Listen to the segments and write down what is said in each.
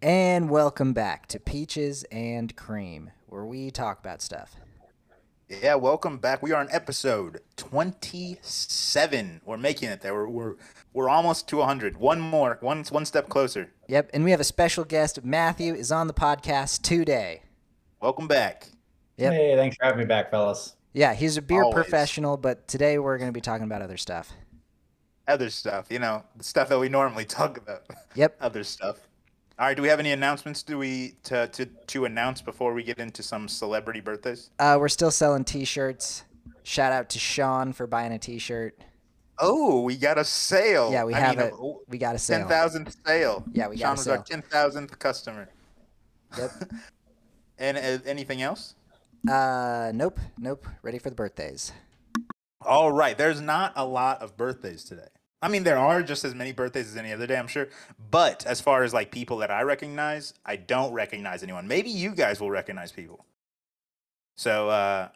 And welcome back to Peaches and Cream, where we talk about stuff. Yeah, welcome back. We are on episode 27. We're making it there. We're we're, we're almost to 100. One more, one one step closer. Yep, and we have a special guest. Matthew is on the podcast today. Welcome back. Yep. Hey, thanks for having me back, fellas. Yeah, he's a beer Always. professional, but today we're going to be talking about other stuff. Other stuff, you know, the stuff that we normally talk about. Yep. Other stuff. All right, do we have any announcements do we to to to announce before we get into some celebrity birthdays? Uh, we're still selling t shirts. Shout out to Sean for buying a t shirt. Oh, we got a sale. Yeah, we I have mean, it. oh, We got a sale. 10,000th sale. Yeah, we Sean got a was sale. our 10,000th customer. Yep. And uh, anything else? Uh, nope, nope. Ready for the birthdays. All right. There's not a lot of birthdays today. I mean, there are just as many birthdays as any other day, I'm sure. But as far as like people that I recognize, I don't recognize anyone. Maybe you guys will recognize people. So, uh,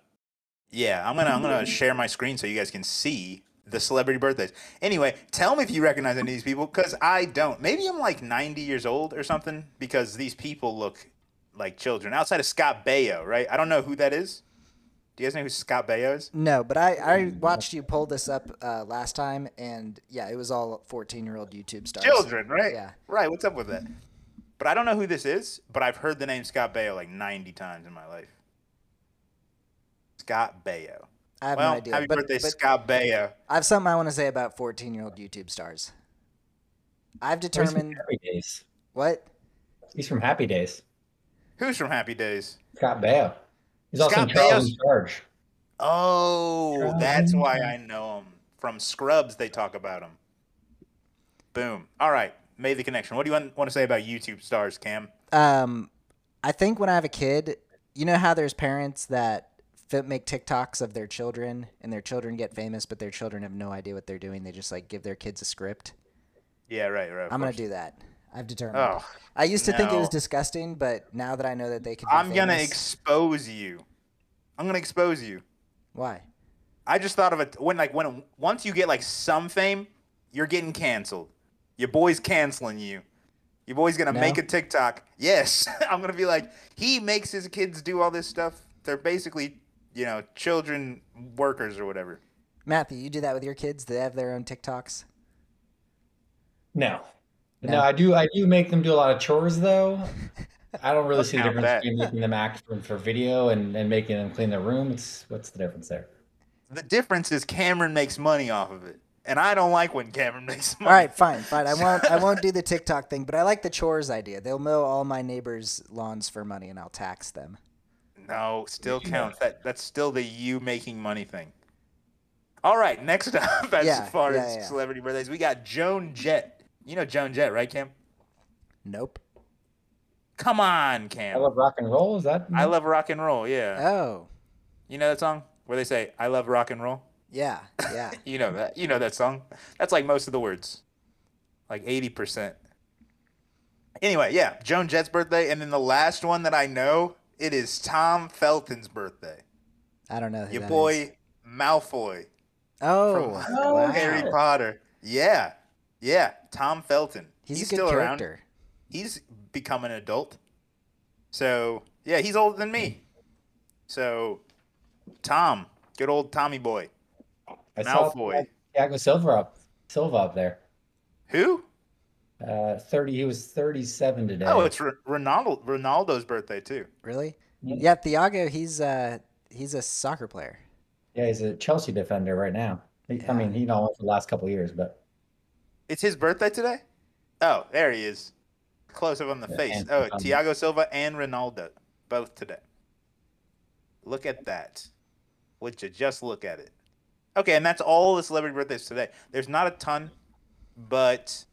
yeah, I'm gonna I'm gonna share my screen so you guys can see the celebrity birthdays. Anyway, tell me if you recognize any of these people because I don't. Maybe I'm like 90 years old or something because these people look like children. Outside of Scott Baio, right? I don't know who that is. Do you guys know who Scott Baio is? No, but I, I Mm. watched you pull this up uh, last time, and yeah, it was all 14 year old YouTube stars. children, right? Yeah. Right. What's up with that? But I don't know who this is, but I've heard the name Scott Baio like 90 times in my life. Scott Baio. I have well, no idea. happy but, birthday, but Scott Baio. I have something I want to say about 14 year old YouTube stars. I've He's from determined Happy Days. what? He's from Happy Days. Who's from Happy Days? Scott Baio. He's also Scott in Charles Baio's- in Charge. Oh, that's why Scrubs. I know him. From Scrubs, they talk about him. Boom. All right. Made the connection. What do you want, want to say about YouTube stars, Cam? Um, I think when I have a kid, you know how there's parents that fit, make TikToks of their children, and their children get famous, but their children have no idea what they're doing. They just like give their kids a script. Yeah, right, right. of I'm gonna course. do that. I've determined. Oh, I used to think it was no. disgusting, but now that I know that they can, be I'm gonna famous- expose you. I'm gonna expose you. Why? I just thought of it when like when once you get like some fame, you're getting canceled. Your boy's canceling you. Your boy's gonna No? make a TikTok. Yes, I'm gonna be like he makes his kids do all this stuff. They're basically you know children workers or whatever. Matthew, you do that with your kids? They have their own TikToks. No. no. No. I do I do make them do a lot of chores though. I don't really see Now the difference that- between making them act for, for video and, and making them clean their room. It's what's the difference there? The difference is Cameron makes money off of it, and I don't like when Cameron makes All money. right, fine, fine. I won't. I won't do the TikTok thing, but I like the chores idea. They'll mow all my neighbors' lawns for money, and I'll tax them. No, still counts. That that's still the you making money thing. All right, next up as Yeah, far yeah, as yeah. celebrity birthdays, we got Joan Jett. You know Joan Jett, right, Cam? Nope. Come on, I Cam. love rock and roll. Is that Mm-hmm. I love rock and roll. Yeah, Oh, you know that song where they say "I love rock and roll." yeah, yeah. You know that. You know that song. That's like most of the words, like eighty percent. Anyway, yeah, Joan Jett's birthday, and then the last one that I know, it is Tom Felton's birthday. I don't know. Who Your that boy is. Malfoy. Oh, from Oh, wow. Harry shit. Potter. Yeah. Yeah. Tom Felton. He's, He's, a good still character. around. He's become an adult. So, yeah, he's older than me. So, Tom, good old Tommy boy. I saw Malfoy. Thiago Silva up Silva up there. Who? Uh, thirty he was thirty seven today. Oh, it's R- Ronaldo, Ronaldo's birthday, too. Really? Yeah. Yeah, Thiago. He's uh he's a soccer player. yeah, he's a Chelsea defender right now. He- Yeah. I mean, he not for the last couple of years, but It's his birthday today? Oh, there he is. Close up on the Yeah, face. and Oh, Ronaldo. Thiago Silva and Ronaldo, both today. Look at that. Would you just look at it? Okay, and that's all the celebrity birthdays today. There's not a ton, but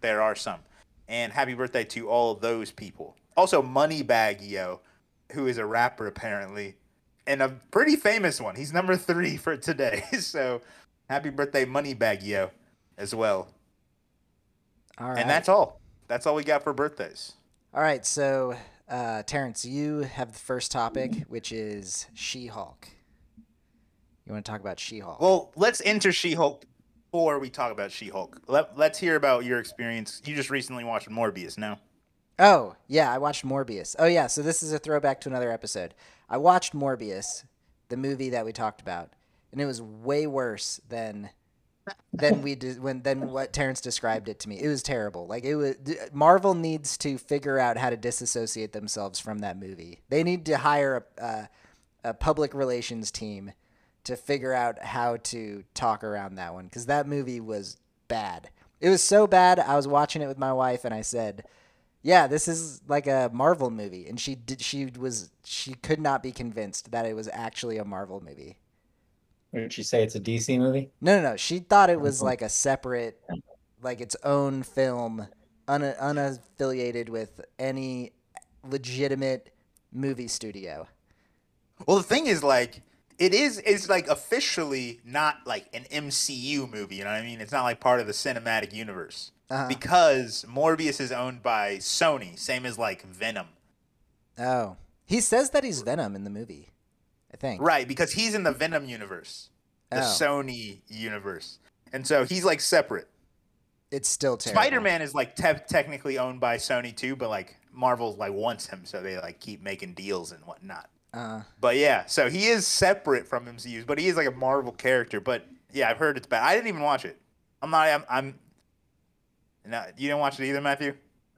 there are some. And happy birthday to all those people. Also, Moneybag Yo, who is a rapper apparently, and a pretty famous one. He's number three for today. So happy birthday, Moneybag Yo, as well All right. and that's all. That's all we got for birthdays. all right. So, uh, Terrence, you have the first topic, which is She-Hulk. You want to talk about She-Hulk? Well, let's enter She-Hulk before we talk about She-Hulk. Let, let's hear about your experience. You just recently watched Morbius, no? Oh, yeah, I watched Morbius. Oh, yeah, so this is a throwback to another episode. I watched Morbius, the movie that we talked about, and it was way worse than than we did when than what Terrence described it to me. It was terrible. Like it was d- Marvel needs to figure out how to disassociate themselves from that movie. They need to hire a uh, a public relations team to figure out how to talk around that one because that movie was bad. It was so bad. I was watching it with my wife and I said, "Yeah, this is like a Marvel movie," and she did. She was she could not be convinced that it was actually a Marvel movie. Or Mm. Did she say it's a DC movie? No, no, no. She thought it was Mhm. like a separate, like its own film, un- unaffiliated with any legitimate movie studio. Well, the thing is, like, it is it's like officially not like an MCU movie. You know what I mean? It's not like part of the cinematic universe Uh-huh. because Morbius is owned by Sony, same as like Venom, oh, he says that he's Venom in the movie, I think. right? Because he's in the Venom universe, the Oh, Sony universe, and so he's like separate. it's still terrible. Spider Man is like te- technically owned by Sony too, but like Marvel like wants him, so they like keep making deals and whatnot. Uh, But yeah, so he is separate from MCU's, but he is like a Marvel character. But yeah, I've heard it's bad. I didn't even watch it. I'm not. I'm. I'm no, you didn't watch it either, Matthew.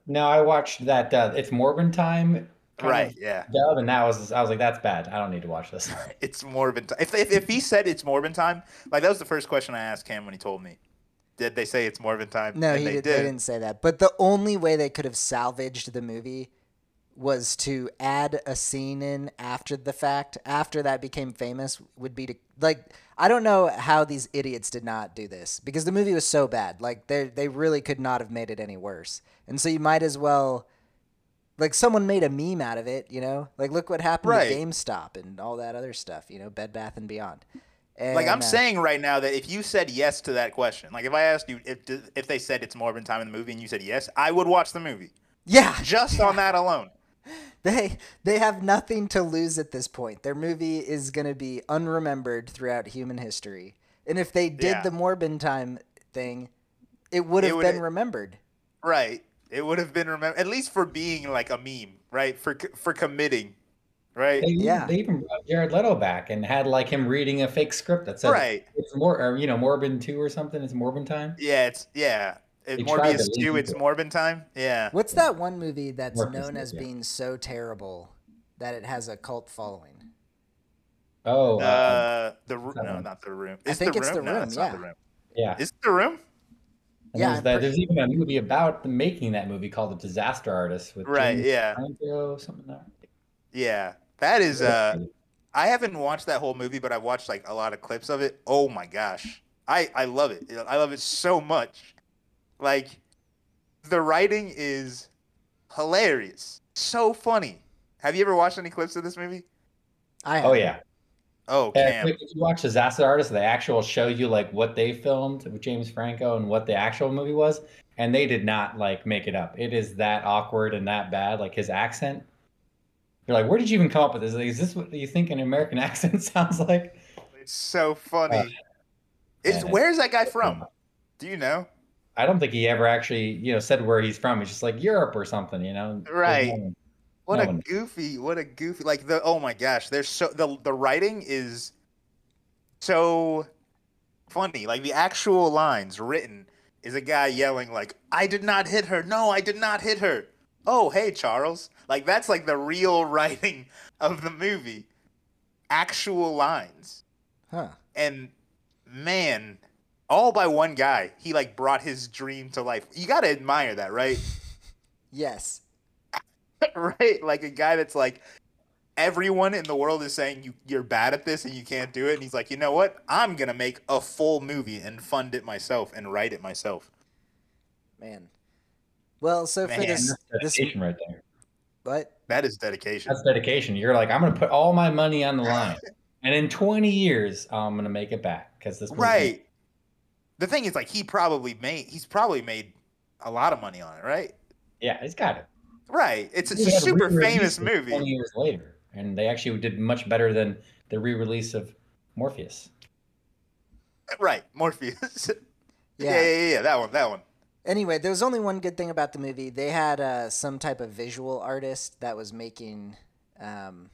No, I watched that. Uh, it's Morbin time. kind Right? of Yeah. Dub, and that was I was like, that's bad. I don't need to watch this. It's Morbin. Time. If, if if he said it's Morbin time, like that was the first question I asked him when he told me. Did they say it's Morbin time? no, And he they did, they didn't say that. But the only way they could have salvaged the movie was to add a scene in after the fact, after that became famous, would be to like I don't know how these idiots did not do this because the movie was so bad. Like they they really could not have made it any worse. And so you might as well like someone made a meme out of it, you know? Like look what happened Right. to GameStop and all that other stuff, you know, Bed Bath and Beyond. And, Like I'm uh, saying right now that if you said yes to that question, like if I asked you if if they said it's Morbin time in the movie and you said yes, I would watch the movie Yeah. just on that alone. They they have nothing to lose at this point. Their movie is going to be unremembered throughout human history. And if they did Yeah. the Morbin time thing, it would It have would- been remembered. Right. It would have been remembered at least for being like a meme, right? For c- for committing, right? They, even- Yeah. they even brought Jared Leto back and had like him reading a fake script that said Right. it's more or, you know Morbin two or something. It's Morbin time. Yeah. It's yeah. It, They tried Morbius to link two. it It's to it. Morbin time. Yeah. What's that one movie that's Morbin's known good, as yeah. being so terrible that it has a cult following? Oh uh, Uh, the room. that No, one. not the room. um, I It's think the it's room. The no, Room, it's yeah. not the room. yeah. Is it the room? And Yeah, there's, I'm that, pretty- there's even a movie about the making that movie called The Disaster Artist with Right. James Yeah. Franco, something like that. Yeah. That is. Uh, I haven't watched that whole movie, but I've watched like a lot of clips of it. Oh my gosh. I I love it. I love it so much. Like the writing is hilarious. So funny. Have you ever watched any clips of this movie? I Oh have- yeah. Oh, Yeah, Cam. if you watch Disaster Artist, they actually show you like what they filmed with James Franco and what the actual movie was, and they did not like make it up. It is that awkward and that bad. Like his accent, you're like, where did you even come up with this? Like, is this what you think an American accent sounds like? It's so funny. Uh, it's yeah. where's that guy from? Do you know? I don't think he ever actually, you know, said where he's from. He's just like Europe or something, you know? There's Right. no one- What No a one- goofy, what a goofy like the oh my gosh, there's so the the writing is so funny. Like the actual lines written is a guy yelling like, I did not hit her. No, I did not hit her. Oh hey Charles. Like that's like the real writing of the movie. Actual lines. Huh. and man, all by one guy. He like brought his dream to life. You gotta admire that, right? Yes. right? Like a guy that's like everyone in the world is saying you you're bad at this and you can't do it, and he's like, you know what? I'm gonna make a full movie and fund it myself and write it myself. Man. Well, so for Man, this That's this dedication right there. what? That is dedication. That's dedication. You're like, I'm going to put all my money on the line. And in 20 years, I'm going to make it back because this movie right. The thing is, like, he probably made he's probably made a lot of money on it, right? Yeah, it's got it. Right. It's, it's They a had super famous re-released it movie. 20 years later, and they actually did much better than the re-release of Morpheus. Right, Morpheus. Yeah. yeah, yeah, yeah, that one, that one. Anyway, there was only one good thing about the movie. They had uh, some type of visual artist that was making, um,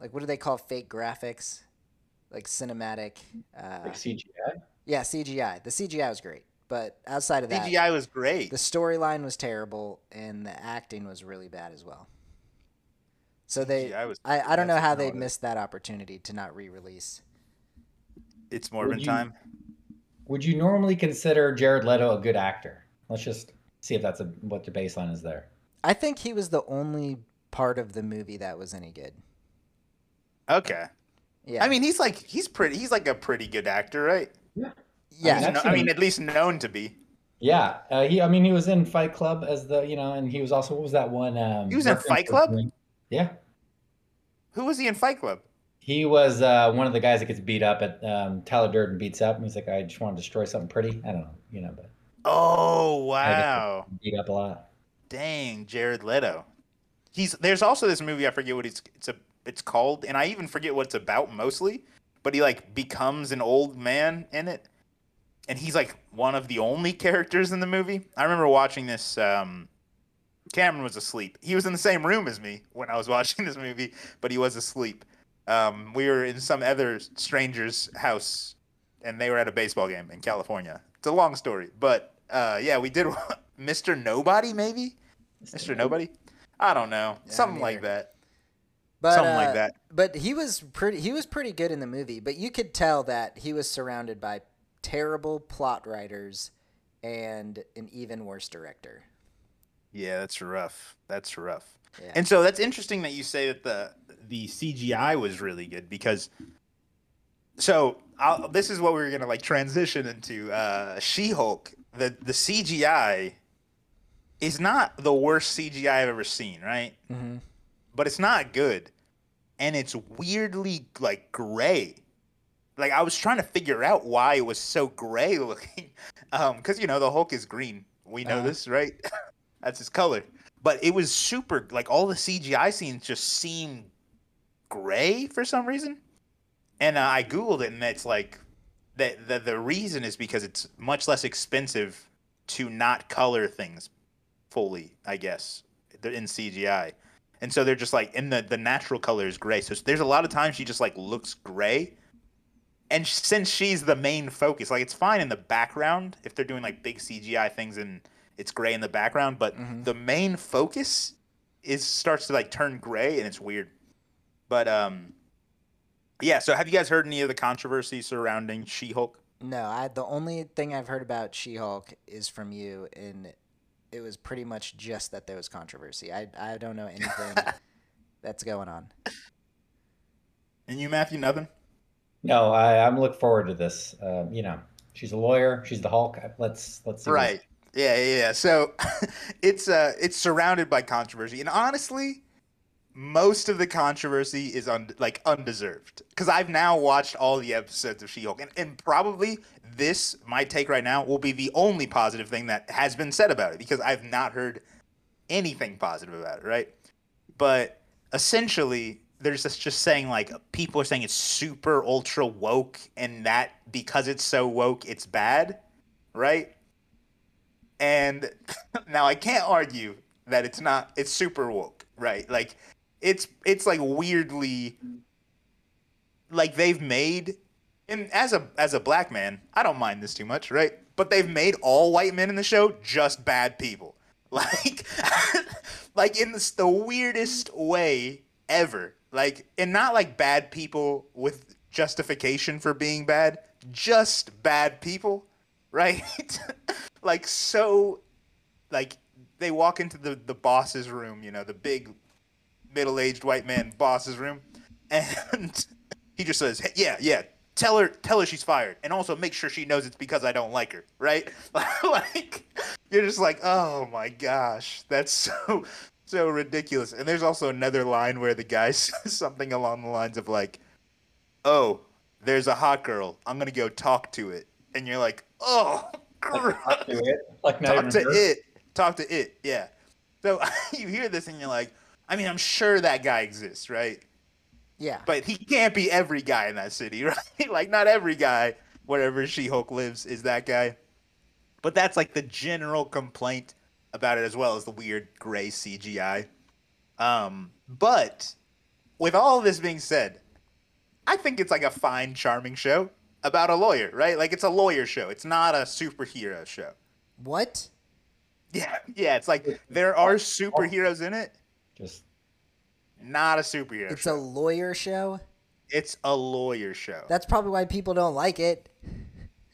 like, what do they call fake graphics? Like cinematic. Uh, Ah. Like CGI. yeah, CGI. The CGI was great. But outside of that, CGI was great. the storyline was terrible and the acting was really bad as well. So they, CGI was. I, I don't know that's how they phenomenal. missed that opportunity to not re-release. It's Morbin you- time. Would you normally consider Jared Leto a good actor? Let's just see if that's a, what the baseline is there. I think he was the only part of the movie that was any good. Okay. Yeah, I mean, he's like he's pretty. He's like a pretty good actor, right? yeah, He's I've no- seen I mean, him. at least known to be. Yeah, uh, he. I mean, he was in Fight Club as the you know, and he was also what was that one? Um, He was in reference Fight for- Club? Yeah, Who was he in Fight Club? he was uh, one of the guys that gets beat up at um, Tyler Durden beats up. And he's like, I just want to destroy something pretty. I don't know, you know, but Oh wow! beat up a lot. Dang, Jared Leto. He's there's also this movie I forget what it's it's a it's called, and I even forget what it's about mostly. But he like becomes an old man in it, and he's like one of the only characters in the movie. I remember watching this. Um, Cameron was asleep. He was in the same room as me when I was watching this movie, but he was asleep. Um, we were in some other stranger's house, and they were at a baseball game in California. It's a long story, but uh, yeah, we did Mr. Nobody maybe. Mr. Nobody? I don't know. Yeah, something me like neither. that. but something uh, like that. But he was pretty. He was pretty good in the movie, but you could tell that he was surrounded by terrible plot writers and an even worse director. Yeah, that's rough. That's rough. Yeah. And so that's interesting that you say that the the CGI was really good because so I'll, this is what we were gonna like transition into uh, She-Hulk. The the CGI is not the worst CGI I've ever seen, right? hmm but it's not good and it's weirdly like gray like i was trying to figure out why it was so gray looking um because you know the hulk is green we know Uh-huh. this right that's his color but it was super like all the cgi scenes just seem gray for some reason and uh, i googled it and it's like that the, the reason is because it's much less expensive to not color things fully i guess in cgi and so they're just like and the the natural color is gray so there's a lot of times she just like looks gray and sh- since she's the main focus like it's fine in the background if they're doing like big cgi things and it's gray in the background but Mhm. the main focus is starts to like turn gray and it's weird but um yeah so have you guys heard any of the controversy surrounding she-hulk No, I the only thing I've heard about She-Hulk is from you, and it was pretty much just that there was controversy. I I don't know anything that's going on. and you matthew nothing No, I, I'm looking forward to this. Um, you know, she's a lawyer. She's the Hulk. Let's let's see. what- Right. Yeah, yeah, yeah. So it's uh it's surrounded by controversy. And honestly, most of the controversy is un- like undeserved cuz I've now watched all the episodes of She-Hulk and, and probably this my take right now will be the only positive thing that has been said about it because I've not heard anything positive about it, right? But essentially there's this just saying like people are saying it's super ultra woke and that because it's so woke it's bad, right? and now I can't argue that it's not it's super woke, right? Like it's it's like weirdly like they've made and as a as a black man, I don't mind this too much, right? But they've made all white men in the show just bad people. Like like in this, the weirdest way ever. Like and not like bad people with justification for being bad, just bad people, right? like so like they walk into the the boss's room, you know, the big middle-aged white man boss's room, and he just says, "Hey, "Yeah, yeah, tell her, tell her she's fired, and also make sure she knows it's because I don't like her." Right? like you're just like, "Oh my gosh, that's so so ridiculous." And there's also another line where the guy says something along the lines of like, "Oh, there's a hot girl. I'm gonna go talk to it," and you're like, "Oh." Talk to it. Like not talk even to her. it. Talk to it. Yeah. So you hear this and you're like, I mean, I'm sure that guy exists, right? Yeah. But he can't be every guy in that city, right? like, not every guy wherever She Hulk lives is that guy. But that's like the general complaint about it, as well as the weird gray CGI. Um, but with all this being said, I think it's like a fine, charming show about a lawyer, right? Like it's a lawyer show. It's not a superhero show. What? Yeah, yeah. It's like there are superheroes in it, Just not a superhero. It's a show. lawyer show. it's a lawyer show. That's probably why people don't like it.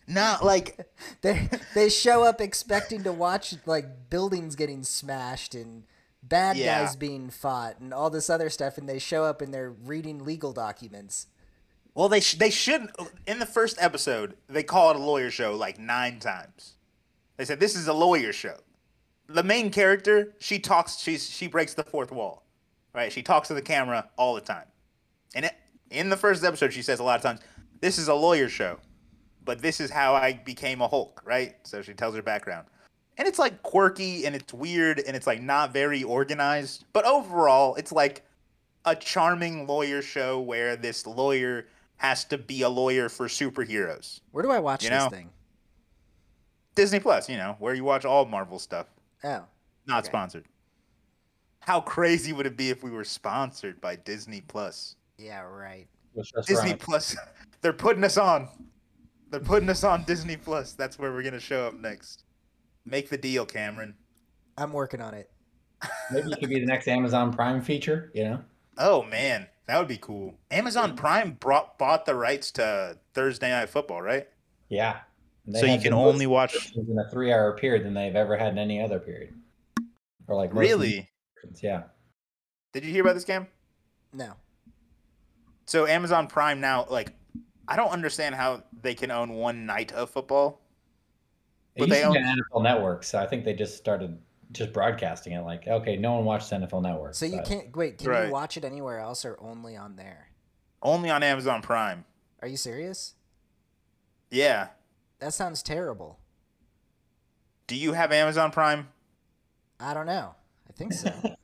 not like They they show up expecting to watch like buildings getting smashed and bad Yeah. guys being fought and all this other stuff, and they show up and they're reading legal documents. well, they sh- they shouldn't. In the first episode, they call it a lawyer show like nine times. They said this is a lawyer show. The main character, she talks. She's she breaks the fourth wall, right? She talks to the camera all the time, and it, in the first episode, she says a lot of times, "This is a lawyer show." but this is how I became a Hulk, right? So she tells her background. And it's like quirky and it's weird and it's like not very organized, but overall, it's like a charming lawyer show where this lawyer has to be a lawyer for superheroes. Where do I watch You this know. thing? Disney Plus, you know, where you watch all Marvel stuff, Oh, not Okay. sponsored. How crazy would it be if we were sponsored by Disney Plus? yeah, right. it's just Disney right. Plus, they're putting us on. They're putting us on Disney Plus. That's where we're gonna show up next. Make the deal, Cameron. I'm working on it. Maybe it could be the next Amazon Prime feature. You know, Oh man, that would be cool. Amazon Prime brought bought the rights to Thursday Night Football, right? yeah. And they so you have the can most only watch. subscriptions in a three-hour period than they've ever had in any other period. Or like most Really? subscriptions, Yeah. Did you hear about this, Cam? No, So Amazon Prime now, like, I don't understand how they can own one night of football. It But used they to be own- on NFL Network, so I think they just started just broadcasting it. Like, okay, no one watches NFL Network. so you but- can't wait. Can Right. you watch it anywhere else or only on there? Only on Amazon Prime. Are you serious? Yeah. That sounds terrible. Do you have Amazon Prime? I don't know. I think so,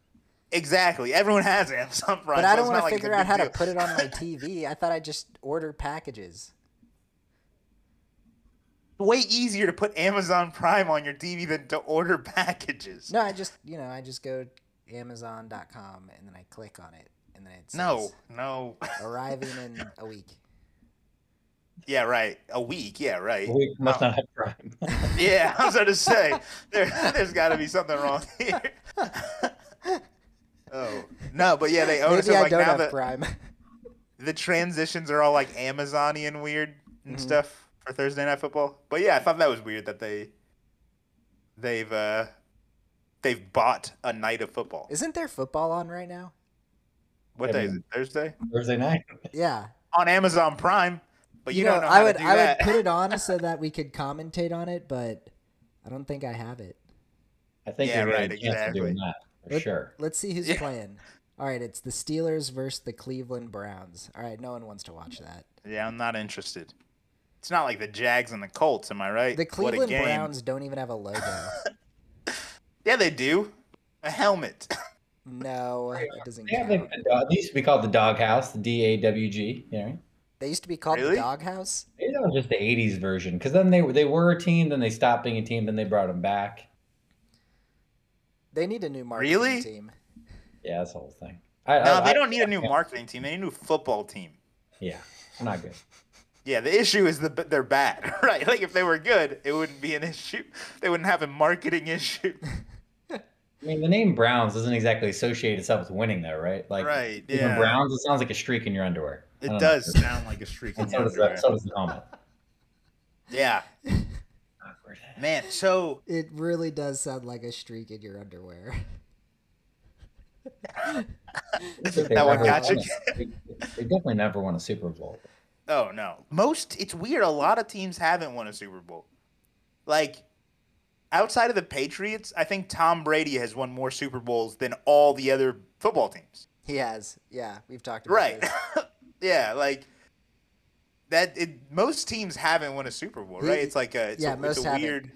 Exactly. Everyone has Amazon but Prime. so I it's don't want not to like it's a figure out big how to deal. put it on my TV. I thought I just ordered packages. way easier to put Amazon Prime on your TV than to order packages. No, I just you know I just go to Amazon.com and then I click on it and then it says No, no. arriving in a week. Yeah, right. A week. Yeah, right. we Oh. must not have Prime. Yeah, I was going to say there, there's got to be something wrong here. oh no, but yeah, they own it. Maybe So I like don't now have the, Prime. the transitions are all like Amazonian weird and Mhm. stuff for Thursday Night Football. But yeah, I thought that was weird that they they've uh they've bought a night of football. Isn't there football on right now? what I day is it? mean- Thursday Thursday night. Yeah. on Amazon Prime. But you, don't know I how would to do I that. would put it on so that we could commentate on it, but I don't think I have it. I think Yeah, you're right. right, Exactly. Doing that for It- sure. Let's see who's Yeah. playing. All right, it's the Steelers versus the Cleveland Browns. All right, no one wants to watch that. Yeah, I'm not interested. It's not like the Jags and the Colts, am I right? The what a Cleveland game. Browns don't even have a logo. Yeah, they do. A helmet. No, that doesn't They have count. like the uh, dog, they used to be called the Doghouse, the D A W G. You know, They used to be called Really? the Doghouse. maybe that was just the '80s version. Because then they were they were a team, then they stopped being a team, then they brought them back. They need a new marketing Really? team. Yeah, that's the whole thing. I, No, Oh, I- they I- don't need a new yeah, marketing team. They need a new football team. Yeah, I'm not good. Yeah, the issue is the they're bad, right? Like if they were good, it wouldn't be an issue. They wouldn't have a marketing issue. I mean, the name Browns doesn't exactly associate itself with winning, though, right? Like, Right, even yeah. Browns, it sounds like a streak in your underwear. I It don't know. does sound like a streak in And the so does, underwear. the, so does the helmet. Yeah, man. So It really does sound like a streak in your underwear. That one got you. They, they definitely never won a Super Bowl. Oh no. Most it's weird. A lot of teams haven't won a Super Bowl. Like outside of the Patriots, I think Tom Brady has won more Super Bowls than all the other football teams. He has. Yeah, we've talked about Right. this. yeah, like that it, most teams haven't won a Super Bowl, right? Yeah, It's like a it's yeah, a, most it's a haven't. weird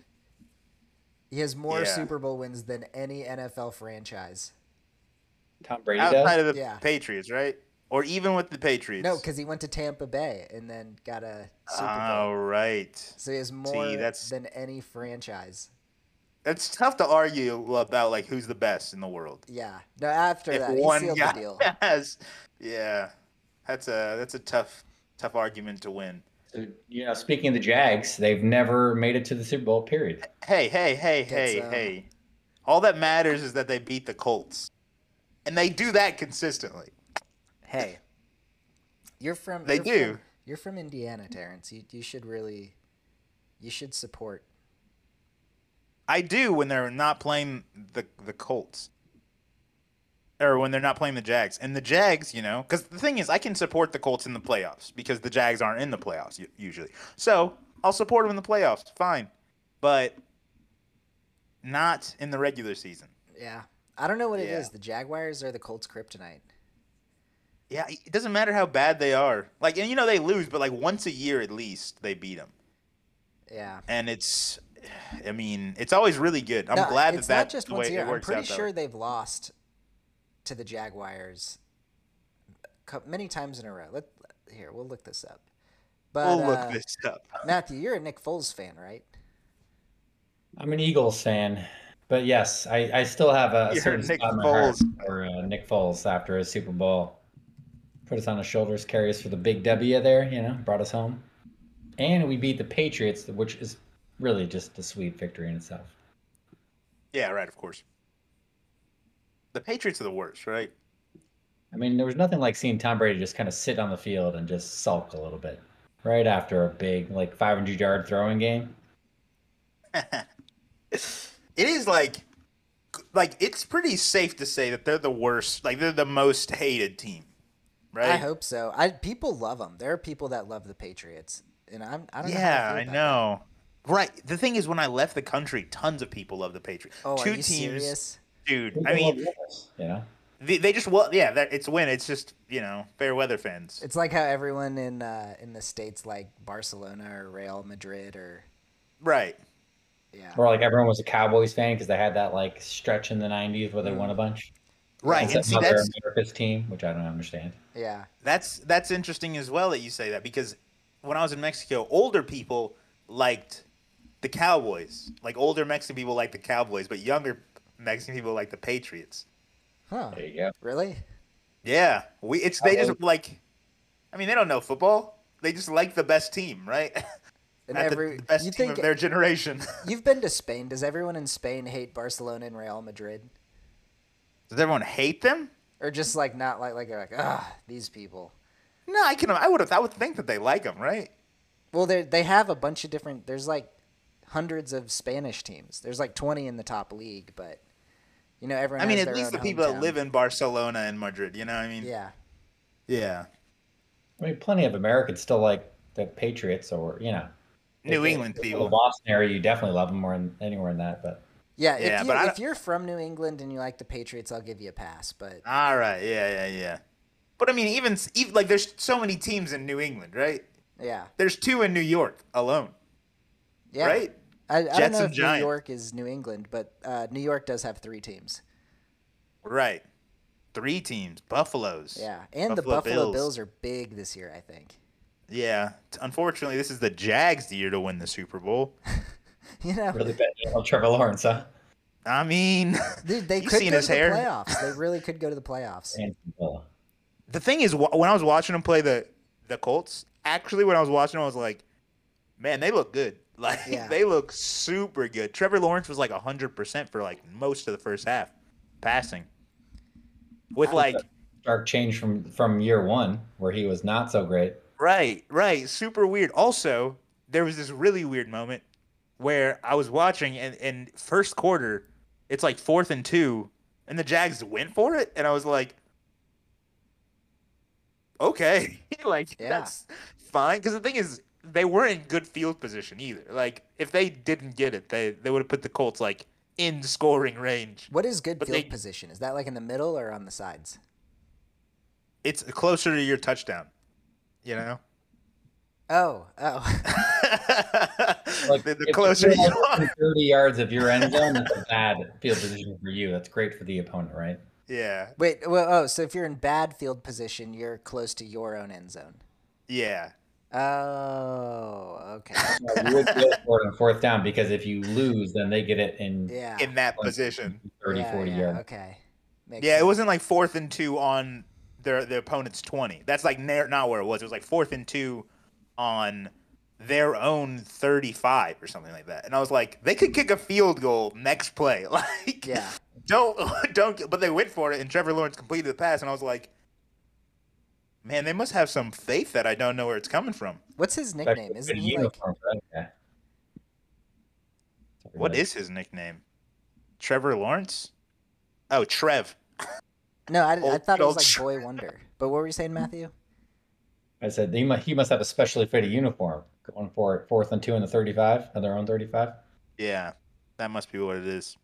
He has more Yeah. Super Bowl wins than any NFL franchise. Tom Brady does. outside of the Yeah. Patriots, right? or even with the Patriots. No, because he went to Tampa Bay and then got a Super Bowl. all right, So he has more Oh, that's- than any franchise. it's tough to argue about like who's the best in the world. Yeah. No, after If that, one he sealed guy the deal. has, yeah, that's a that's a tough tough argument to win. So, you know, speaking of the Jags, they've never made it to the Super Bowl. Period. Hey, hey, hey, That's, hey, uh, hey! All that matters is that they beat the Colts, and they do that consistently. Hey, you're from. They you're do. from- you're from Indiana, Terrence. You you should really, you should support. I do when they're not playing the the Colts. Or when they're not playing the Jags. And the Jags, you know, because the thing is, I can support the Colts in the playoffs because the Jags aren't in the playoffs u- usually. So I'll support them in the playoffs, fine. But not in the regular season. Yeah. I don't know what it Yeah. is. The Jaguars are the Colts' kryptonite. Yeah, it doesn't matter how bad they are. Like, and you know, they lose, but like once a year at least, they beat them. Yeah. And it's, I mean, it's always really good. I'm No, glad that it's that's not just the once way a year. it works I'm out. pretty that sure way. they've lost to the Jaguars co- many times in a row. Let here we'll look this up. But We'll uh, look this up. Matthew, you're a Nick Foles fan, right? I'm an Eagles fan, but yes, I, I still have a You're certain Nick spot in my heart Foles. for uh, Nick Foles after his Super Bowl. Put us on his shoulders, carry us for the big W there, you know, brought us home, and we beat the Patriots, which is really just a sweet victory in itself. Yeah, right, of course. The Patriots are the worst, right? I mean, there was nothing like seeing Tom Brady just kind of sit on the field and just sulk a little bit right after a big, like 500 yard throwing game. It is like like it's pretty safe to say that they're the worst, like they're the most hated team. Right? I hope so. I people love them. There are people that love the Patriots, and I'm I don't know. how yeah, feel I about know. Right. The thing is when I left the country, tons of people love the Patriots. that. Oh, Two are you teams, serious? dude. I mean, you know, they, they just well, yeah, that it's win. It's just, you know, fair weather fans. It's like how everyone in uh, in the states like Barcelona or Real Madrid or right. yeah. or like everyone was a Cowboys fan because they had that like stretch in the 90s where they won a bunch. Right. Is And that see Mother that's America's team, which I don't understand. Yeah. That's that's interesting as well that you say that because when I was in Mexico, older people liked the Cowboys. Like older Mexican people liked the Cowboys, but younger Mexican people like the Patriots. Huh. There you go. Really? Yeah, we it's they just Cowboys. like I mean, they don't know football. They just like the best team, right? And Not the- every the best you team think of their generation. you've been to Spain? Does everyone in Spain hate Barcelona and Real Madrid, Does everyone hate them? or just like not like like they're like ah these people? No, I can I would have I would think that they like them, right? Well, they they have a bunch of different. There's like hundreds of Spanish teams. There's like twenty in the top league, but you know everyone. I mean, has at their least own the people hometown. that live in Barcelona and Madrid, you know what I mean? Yeah, Yeah. I mean, plenty of Americans still like the Patriots or, you know, New if- England if you're in people. The Boston area, you definitely love them more than anywhere in that, but yeah. Yeah, if you but I if you're from New England and you like the Patriots, I'll give you a pass. But All right, yeah, yeah, yeah. But I mean, even, even like there's so many teams in New England, right? yeah, There's two in New York alone, yeah. right? I, I don't Jets know and if New Giants. York is New England, but uh, New York does have three teams. Right. Three teams, Buffaloes. Yeah, and the Buffalo Buffalo Bills. Bills. are big this year. I think. Yeah. T- Unfortunately, this is the Jags' year to win the Super Bowl. You know, really bad on Trevor Lawrence, huh? I mean, dude, they You could seen go to his the hair? playoffs. They really could go to the playoffs. And uh, Villa. the thing is, wh- when I was watching them play the the Colts, actually, when I was watching, 'em, I was like, man, they look good. Like Yeah. they look super good. Trevor Lawrence was like hundred percent for like most of the first half, passing. With like Stark change from from year one where he was not so great. Right, right. Super weird. Also, there was this really weird moment where I was watching and, and first quarter, it's like fourth and two, and the Jags went for it, and I was like, okay, like Yeah. that's fine. Because the thing is, they weren't in good field position either. Like if they didn't get it, they they would have put the Colts like in scoring range. What is good But field they- position? Is that like in the middle or on the sides? It's closer to your touchdown, you know. Oh, oh. Like, the, the if- if closer you're you are. like within 30 yards of your end zone, that's a bad field position for you. That's great for the opponent, right? Yeah. Wait, well, oh, so if you're in bad field position, you're close to your own end zone. Yeah. Oh, okay. No, you would go for it on fourth down because if you lose, then they get it in Yeah. In that Like- position. 30, yeah, 40 yeah, yards. Okay. Makes Yeah, it sense. wasn't like fourth and two on their the opponent's twenty. That's like near, not where it was. It was like fourth and two on their own thirty-five or something like that. And I was like, they could kick a field goal next play. Like, Yeah. don't don't. But they went for it, and Trevor Lawrence completed the pass, and I was like, man, they must have some faith that I don't know where it's coming from. What's his That's nickname? a Isn't good he like? uniform for that guy. Sorry, What like, is his nickname? Trevor Lawrence? Oh, Trev. No, I, I Old- thought it was old like tr- Boy Wonder. But what were you saying, Matthew? I said he must, he must have a specially fitted uniform going for it. Fourth and two in the 35, on their own 35. Yeah, that must be what it is.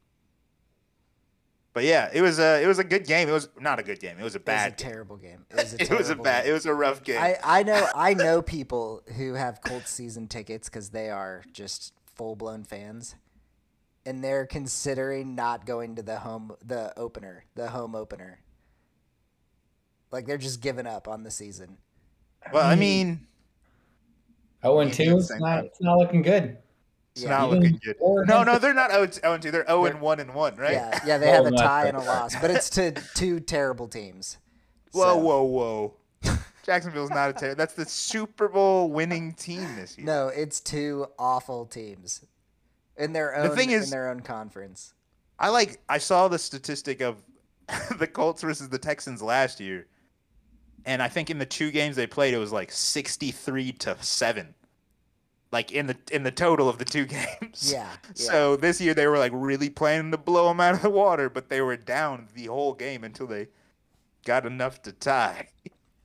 But yeah, it was a it was a good game. It was not a good game. It was It was a a bad. game. terrible game. It was a, It was a terrible bad. game. It was a rough game. I, I know I know people who have Colts season tickets because they are just full blown fans, and they're considering not going to the home the opener the home opener. Like they're just giving up on the season. well, I mean, 0 Oh, and Yeah, it's 2, it's the same not, thing. it's not looking good. it's Yeah. not Even looking good. four No, and- no, they're not 0 and- 0 and 2. They're 0 and 1 and 1, right? Yeah, yeah, they Well, have a that's tie right. and a loss, but it's to two terrible teams. Whoa, So- whoa, whoa. Jacksonville's not a terrible. That's the Super Bowl winning team this year. No, it's two awful teams in their own The thing in is- their own conference. I like I saw the statistic of the Colts versus the Texans last year. And I think in the two games they played it was like 63 to 7. Like in the in the total of the two games. Yeah. yeah. So this year they were like really planning to blow them out of the water, but they were down the whole game until they got enough to tie.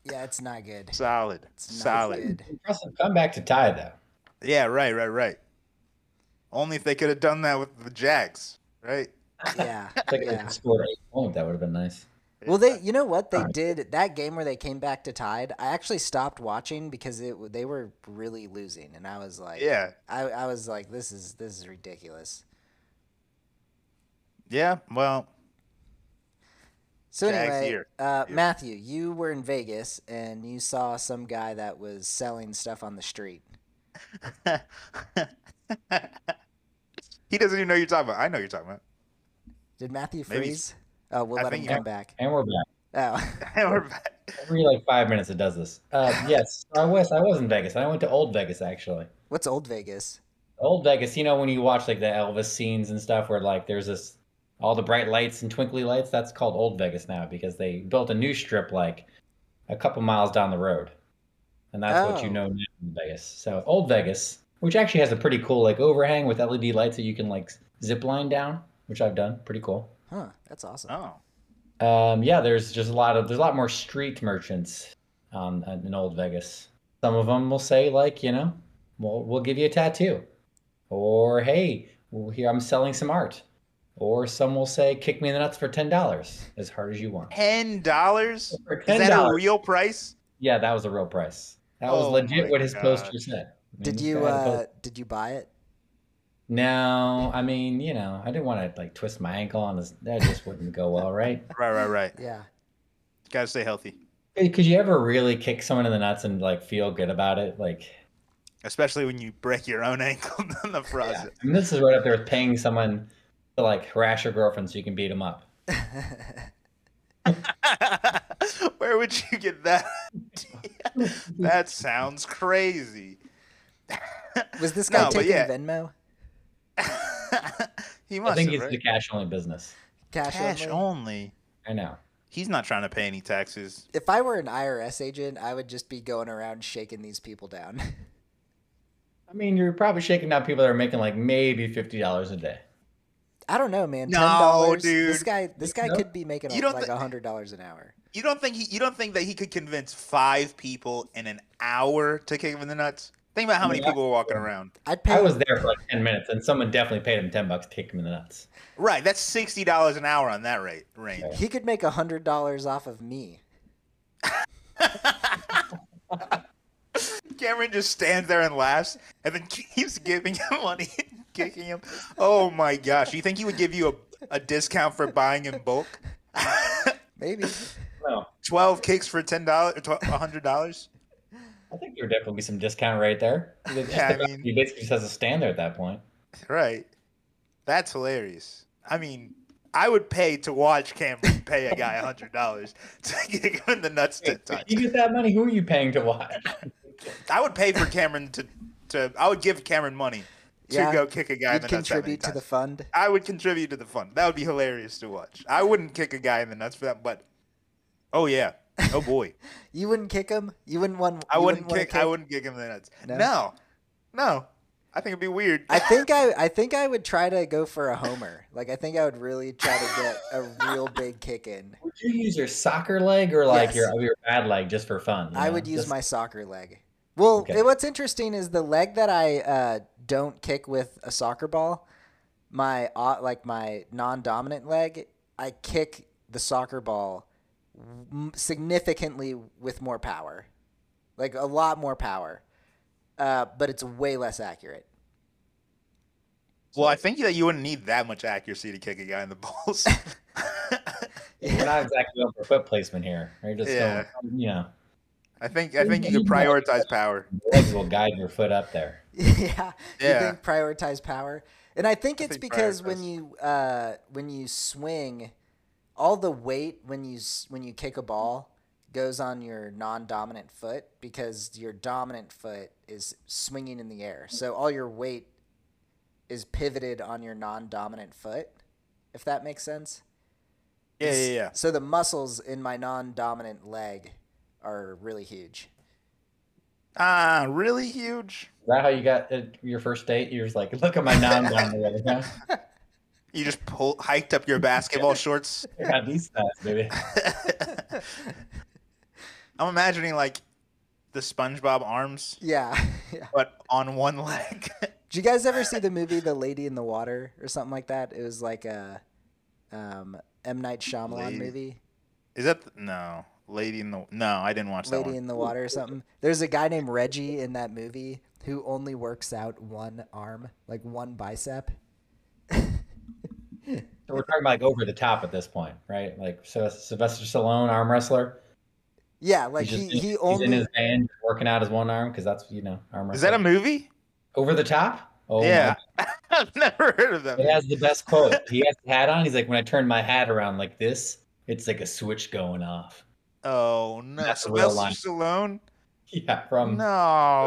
yeah, it's not good. Solid. It's not Solid. good. Impressive comeback to tie, though. Yeah, right, right, right. Only if they could have done that with the Jags, right? Yeah. It's like if yeah. they scored a point, that would have been nice. Well, they, you know what they Alright. did that game where they came back to tied. I actually stopped watching because it w- they were really losing, and I was like, Yeah. I, I was like, this is this is ridiculous. Yeah, well, So Jags anyway, here. Uh, Here. Matthew, you were in Vegas and you saw some guy that was selling stuff on the street. he doesn't even know you're talking about. I know you're talking about. Did Matthew Maybe freeze? Oh, we'll I let him think- come back. And we're back. Oh, And we're back. Every like five minutes, it does this. Uh, yes, I was. I was in Vegas. I went to Old Vegas actually. what's Old Vegas? Old Vegas, you know, when you watch like the Elvis scenes and stuff, where like there's this all the bright lights and twinkly lights. That's called Old Vegas now because they built a new strip like a couple miles down the road, and that's what you Oh. know now in Vegas. So Old Vegas, which actually has a pretty cool like overhang with LED lights that you can like zip line down, which I've done. Pretty cool. Huh? That's awesome. Oh. Um, yeah, there's just a lot of there's a lot more street merchants um, in Old Vegas. Some of them will say like, you know, we'll we'll give you a tattoo, or hey, well, here I'm selling some art, or some will say, kick me in the nuts for ten dollars, as hard as you want. Ten dollars? For Is ten that a dollars? real price? Yeah, that was the real price. That was Oh my legit what his gosh. poster said. I mean, Did this you guy had a poster. uh, did you buy it? No, I mean, you know, I didn't want to like twist my ankle on this. That just wouldn't go well, right? Right, right, right. Yeah. Gotta stay healthy. Hey, Could you ever really kick someone in the nuts and like feel good about it? Like, Especially when you break your own ankle in the process. I mean, this is right up there with paying someone to like harass your girlfriend so you can beat them up. Where would you get that? that sounds crazy. was this guy No, but taking yeah. Venmo? he I must think have, it's right? the cash only business. Cash, cash only? only. I know. He's not trying to pay any taxes. If I were an IRS agent, I would just be going around shaking these people down. I mean, you're probably shaking out people that are making like maybe fifty dollars a day. I don't know, man. No, Ten dollars. This dude. guy, this guy No. could be making You a, don't like thi- a hundred dollars an hour. You don't think he, you don't think that he could convince five people in an hour to kick him in the nuts? Think about how many Yeah. people were walking around. I'd I pay. was there for like ten minutes, and someone definitely paid him ten bucks to kick him in the nuts. Right, that's sixty dollars an hour on that rate range. he could make a hundred dollars off of me. Cameron just stands there and laughs, and then keeps giving him money, and kicking him. Oh my gosh! You think he would give you a, a discount for buying in bulk? Maybe. No, Twelve kicks for ten dollars, hundred dollars. I think there would definitely be some discount right there. Yeah, I mean- he basically just has a stand there at that point. Right. That's hilarious. I mean, I would pay to watch Cameron pay a guy hundred dollars to get him in the nuts to If touch. you get that money, who are you paying to watch? I would pay for Cameron to, to I would give Cameron money to Yeah, go kick a guy in You'd the nuts. that many contribute to the times. fund. I would contribute to the fun. That would be hilarious to watch. I wouldn't kick a guy in the nuts for that, but oh yeah, oh boy, You wouldn't kick him. You wouldn't want. I you wouldn't wanna kick, I wouldn't kick him in the nuts. No? No, no, I think it'd be weird. I think I I think I would try to go for a homer. Like I think I would really try to get a real big kick in. Would you use your soccer leg or like Yes. your your bad leg just for fun? you I know? would use Just- my soccer leg. Well, Okay. what's interesting is the leg that I uh, don't kick with a soccer ball. My au- like my non-dominant leg, I kick the soccer ball m- significantly with more power, like a lot more power, uh, but it's way less accurate. well, I think that you wouldn't need that much accuracy to kick a guy in the balls. We're not exactly going for foot placement here. We're just Yeah. going, you know, I think I think you could prioritize power. your legs will guide your foot up there. yeah. Yeah. You think prioritize power. And I think I it's think because when prioritize. you uh, when you swing, all the weight when you s- when you kick a ball goes on your non-dominant foot because your dominant foot is swinging in the air. So all your weight is pivoted on your non-dominant foot, if that makes sense. Yeah, It's- yeah, yeah. So the muscles in my non-dominant leg are really huge. Ah, really huge. Is that how you got uh, your first date? You're just like, look at my non down the way. huh? You just pull hiked up your basketball shorts. I got these guys, baby. I'm imagining like the SpongeBob arms, Yeah. yeah. but on one leg. Did you guys ever see the movie The Lady in the Water or something like that? It was like a um, M Night Shyamalan Lady- movie, Is that the, no Lady in the? No, I didn't watch that Lady one. in the Water or something. There's a guy named Reggie in that movie who only works out one arm, like one bicep. So we're talking about like over the top at this point, right? Like so Sylvester Stallone, arm wrestler. Yeah, like he, he's just in- he he's in only his van working out his one arm because that's you know arm Is that a wrestling. movie? over the top? Oh my yeah, I've never heard of that. It has the best quote. He has the hat on. He's like, when I turn my hat around like this, it's like a switch going off. Oh no, That's a real line. Um, Sylvester Stallone. Yeah, from like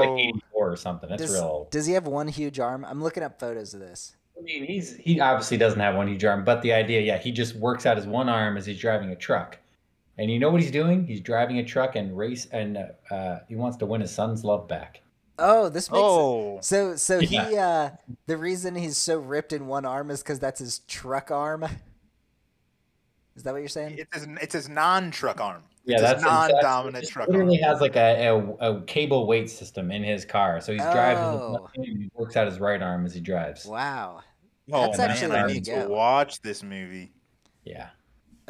No, 84 or something. That's does, real old. does he have one huge arm? I'm looking up photos of this. I mean, he's he obviously doesn't have one huge arm, but the idea, yeah, he just works out his one arm as he's driving a truck. And you know what he's doing? He's driving a truck and race, and uh, uh, he wants to win his son's love back. Oh, this makes oh, so so he Yeah. uh the reason he's so ripped in one arm is because that's his truck arm. Is that what you're saying? it's his, it's his non-truck arm. Yeah, It's his that's exactly- non-dominant He truck arm. literally has like a, a, a cable weight system in his car, so he's driving. with Oh. one hand and he works out his right arm as he drives. Wow. Oh That's man, actually I hard need to to go. watch this movie. Yeah.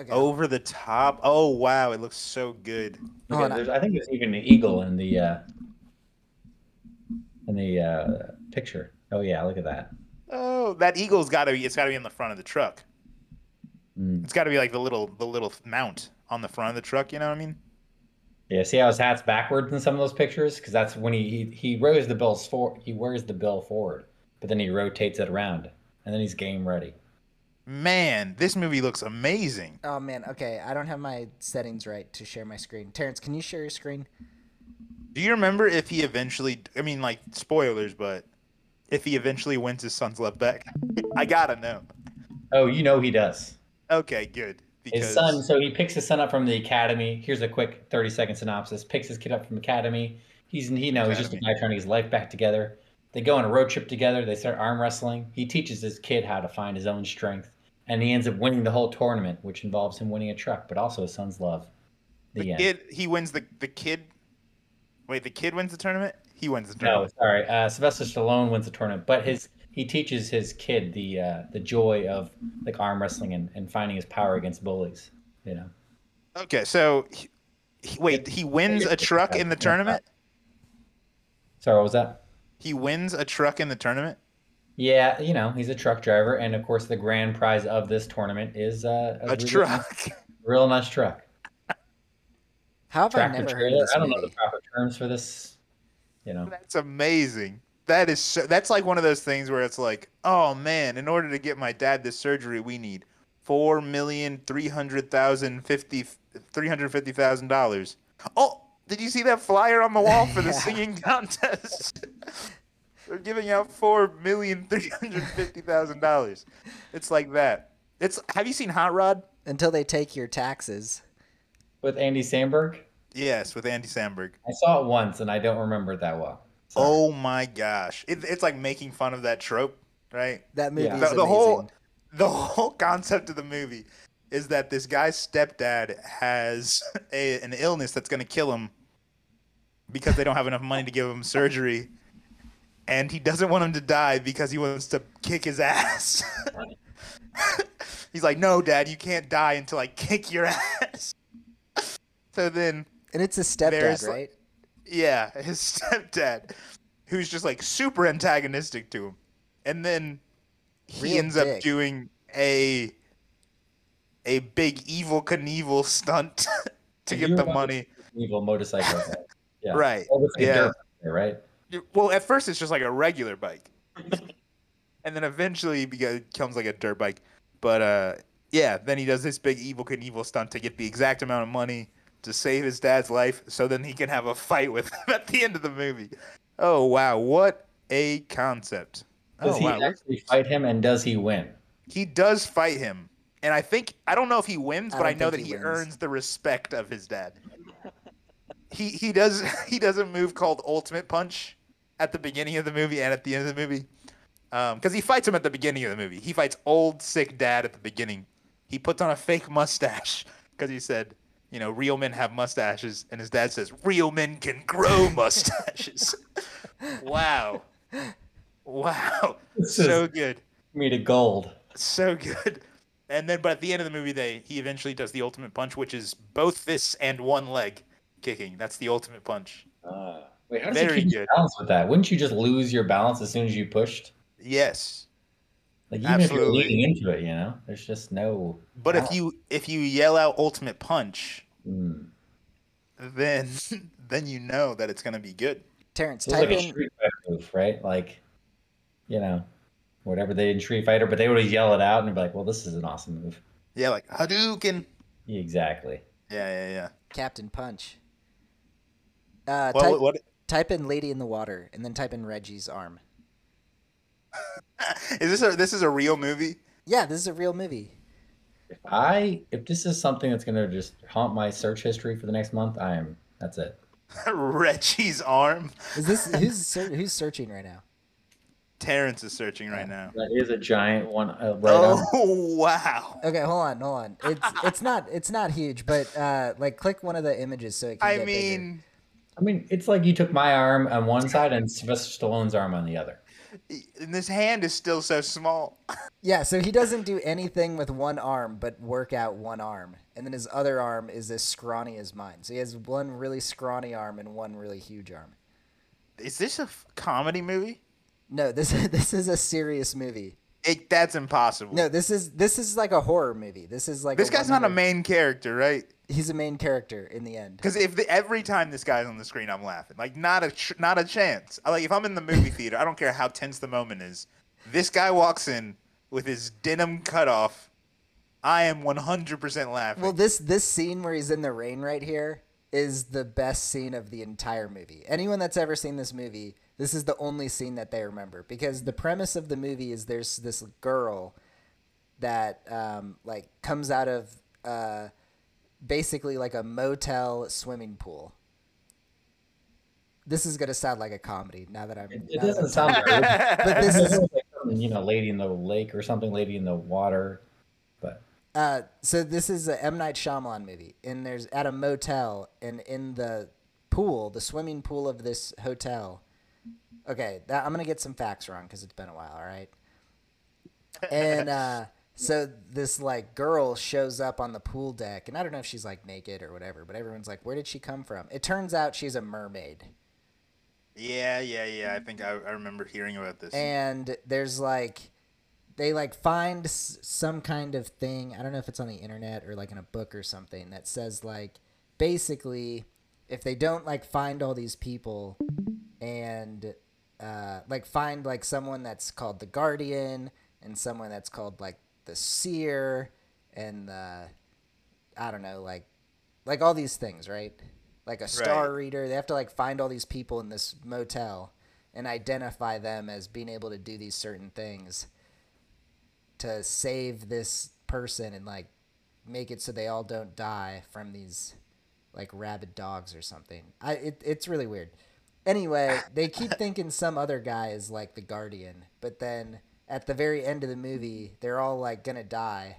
Okay. Over the top. Oh wow, it looks so good. Oh, Okay, and I- there's, I think there's even an eagle in the uh, in the uh, picture. Oh yeah, look at that. Oh, that eagle's got to be. It's got to be in the front of the truck. Mm. It's got to be like the little the little mount on the front of the truck. You know what I mean? Yeah, see how his hat's backwards in some of those pictures because that's when he he, he rows the bills for he wears the bill forward, but then he rotates it around and then he's game ready. Man, this movie looks amazing. Oh man, okay. I don't have my settings right to share my screen. Terrence, can you share your screen? Do you remember if he eventually? I mean, like spoilers, but if he eventually wins his son's love back, I gotta know. Oh, you know he does. Okay, good. Because His son, so he picks his son up from the academy. Here's a quick 30 second synopsis. Picks his kid up from academy. He's he knows he's just a Academy. guy trying to get his life back together. They go on a road trip together. They start arm wrestling. He teaches his kid how to find his own strength, and he ends up winning the whole tournament, which involves him winning a truck, but also his son's love. The, the end. kid he wins the the kid. Wait, the kid wins the tournament. He wins the No, tournament. sorry. Uh, Sylvester Stallone wins the tournament, but his he teaches his kid the uh, the joy of like arm wrestling and, and finding his power against bullies. You know. Okay, so he, he- wait, he wins a truck in the tournament. Sorry, what was that? He wins a truck in the tournament. Yeah, you know, he's a truck driver, and of course, the grand prize of this tournament is uh, A really- truck. real nice truck. How have I Tractor never heard trailer. of this I don't know the movie? proper terms for this. You know, That's amazing. That is so, that's like one of those things where it's like, oh man, in order to get my dad this surgery, we need four million three hundred thousand fifty three hundred fifty thousand dollars. Oh, did you see that flyer on the wall for the Yeah. singing contest? They're giving out four million three hundred fifty thousand dollars. It's like that. It's have you seen Hot Rod? Until they take your taxes. with Andy Samberg, Yes, with Andy Samberg. I saw it once and I don't remember it that well. So, Oh my gosh, it, it's like making fun of that trope, right? That movie Yeah. is the, the amazing. whole the whole concept of the movie is that this guy's stepdad has a, an illness that's going to kill him because they don't have enough money to give him surgery and he doesn't want him to die because he wants to kick his ass he's like no dad you can't die until i kick your ass so then and it's a stepdad, There's- right? yeah, his stepdad, who's just like super antagonistic to him, and then he Real ends dick. up doing a a big evil Knievel stunt to You get the remember- money. evil motorcycle. guy. Yeah. Right, Well, it's like a yeah. dirt bike, Right. Well, at first it's just like a regular bike, and then eventually it beca- becomes like a dirt bike. But uh, yeah, then he does this big evil Knievel stunt to get the exact amount of money to save his dad's life, so then he can have a fight with him at the end of the movie. Oh wow, what a concept! Does oh he wow, actually fight him and does he win? he does fight him, and I think I don't know if he wins, I but I, don't know think that he he, wins. earns the respect of his dad. he he does he does a move called Ultimate Punch at the beginning of the movie and at the end of the movie, because he fights him at the beginning of the movie. He fights old sick dad at the beginning. He puts on a fake mustache because he said, you know, real men have mustaches, and his dad says, real men can grow mustaches. wow, wow, This so is- good Me to gold. so good. And then, but at the end of the movie, they he eventually does the ultimate punch, which is both fists and one leg kicking. That's the ultimate punch. Uh, wait, how does he Very keep his good. balance with that? Wouldn't you just lose your balance as soon as you pushed? Yes, Like even Absolutely. if you're leaning into it, you know, there's just no. but if Wow. you if you yell out ultimate punch, Mm. then then you know that it's gonna be good. Terrence, It was like type a in Street Fighter move, right? Like, you know, whatever they in Street Fighter, but they would yell it out and be like, "Well, this is an awesome move." Yeah, like Hadouken. Yeah, exactly. Yeah, yeah, yeah. Captain Punch. Uh, Well, type, what, type in Lady in the Water and then type in Reggie's arm. is this? A, this is a real movie. Yeah, this is a real movie. If I if this is something that's gonna just haunt my search history for the next month, I am. That's it. Reggie's arm. Is this who's ser- who's searching right now? Terrence is searching right now. That is a giant one. Uh, right Oh on. wow! Okay, hold on, hold on. It's it's not it's not huge, but uh, like click one of the images so it can. I get bigger. mean, I mean, it's like you took my arm on one side and Sylvester Stallone's arm on the other. and this hand is still so small. yeah. So he doesn't do anything with one arm, but work out one arm, and then his other arm is as scrawny as mine. So he has one really scrawny arm and one really huge arm. Is this a f- comedy movie? No, this this is a serious movie. It, that's impossible. No, this is this is like a horror movie. This is like this guy's not a main character, right? He's a main character in the end. Because if the, every time this guy's on the screen, I'm laughing. Like not a tr- not a chance. I- Like if I'm in the movie theater, I don't care how tense the moment is. This guy walks in with his denim cutoff. I am 100% laughing. Well, this this scene where he's in the rain right here is the best scene of the entire movie. Anyone that's ever seen this movie, this is the only scene that they remember because the premise of the movie is there's this girl that um, like comes out of uh, basically like a motel swimming pool. This is gonna sound like a comedy now that I'm. It, now it that I'm doesn't sound. Right. But this is Like something, you know, Lady in the Lake or something, Lady in the Water. But Uh, so this is a M Night Shyamalan movie, and there's at a motel, and in the pool, the swimming pool of this hotel. Okay, that, I'm gonna get some facts wrong because it's been a while. All right, and uh, so this like girl shows up on the pool deck, and I don't know if she's like naked or whatever, but everyone's like, "Where did she come from?" It turns out she's a mermaid. yeah, yeah, yeah. I think I, I remember hearing about this. and there's like they like find s- some kind of thing. I don't know if it's on the internet or like in a book or something that says like basically if they don't like find all these people and uh, like find like someone that's called the guardian and someone that's called like the seer and the I don't know like like all these things right like a star Right. reader they have to like find all these people in this motel and identify them as being able to do these certain things to save this person and like make it so they all don't die from these like rabid dogs or something. I it, it's really weird. Anyway, they keep thinking some other guy is like the guardian, but then at the very end of the movie, they're all like gonna die,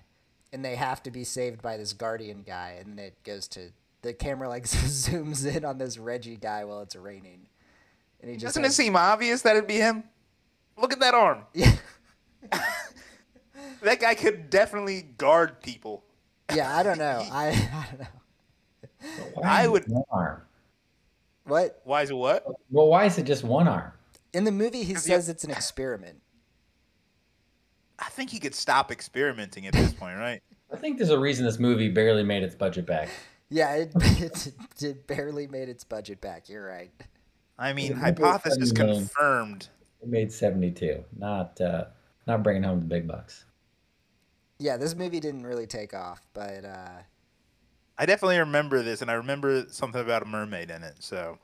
and they have to be saved by this guardian guy, and it goes to the camera like zooms in on this Reggie guy while it's raining, and he just Doesn't it has- seem obvious that it'd be him? Look at that arm. yeah. That guy could definitely guard people. yeah, I don't know. I, I don't know. Why is I it would- one arm. What? Why is it what? Well, why is it just one arm? In the movie, he Have you- says it's an experiment. I think he could stop experimenting at this point, right? I think there's a reason this movie barely made its budget back. Yeah, it, it, it barely made its budget back. You're right. I mean, Yeah, maybe it's hypothesis funny, man. confirmed. It made 72, not uh, not bringing home the big bucks. Yeah, this movie didn't really take off, but uh, I definitely remember this, and I remember something about a mermaid in it. So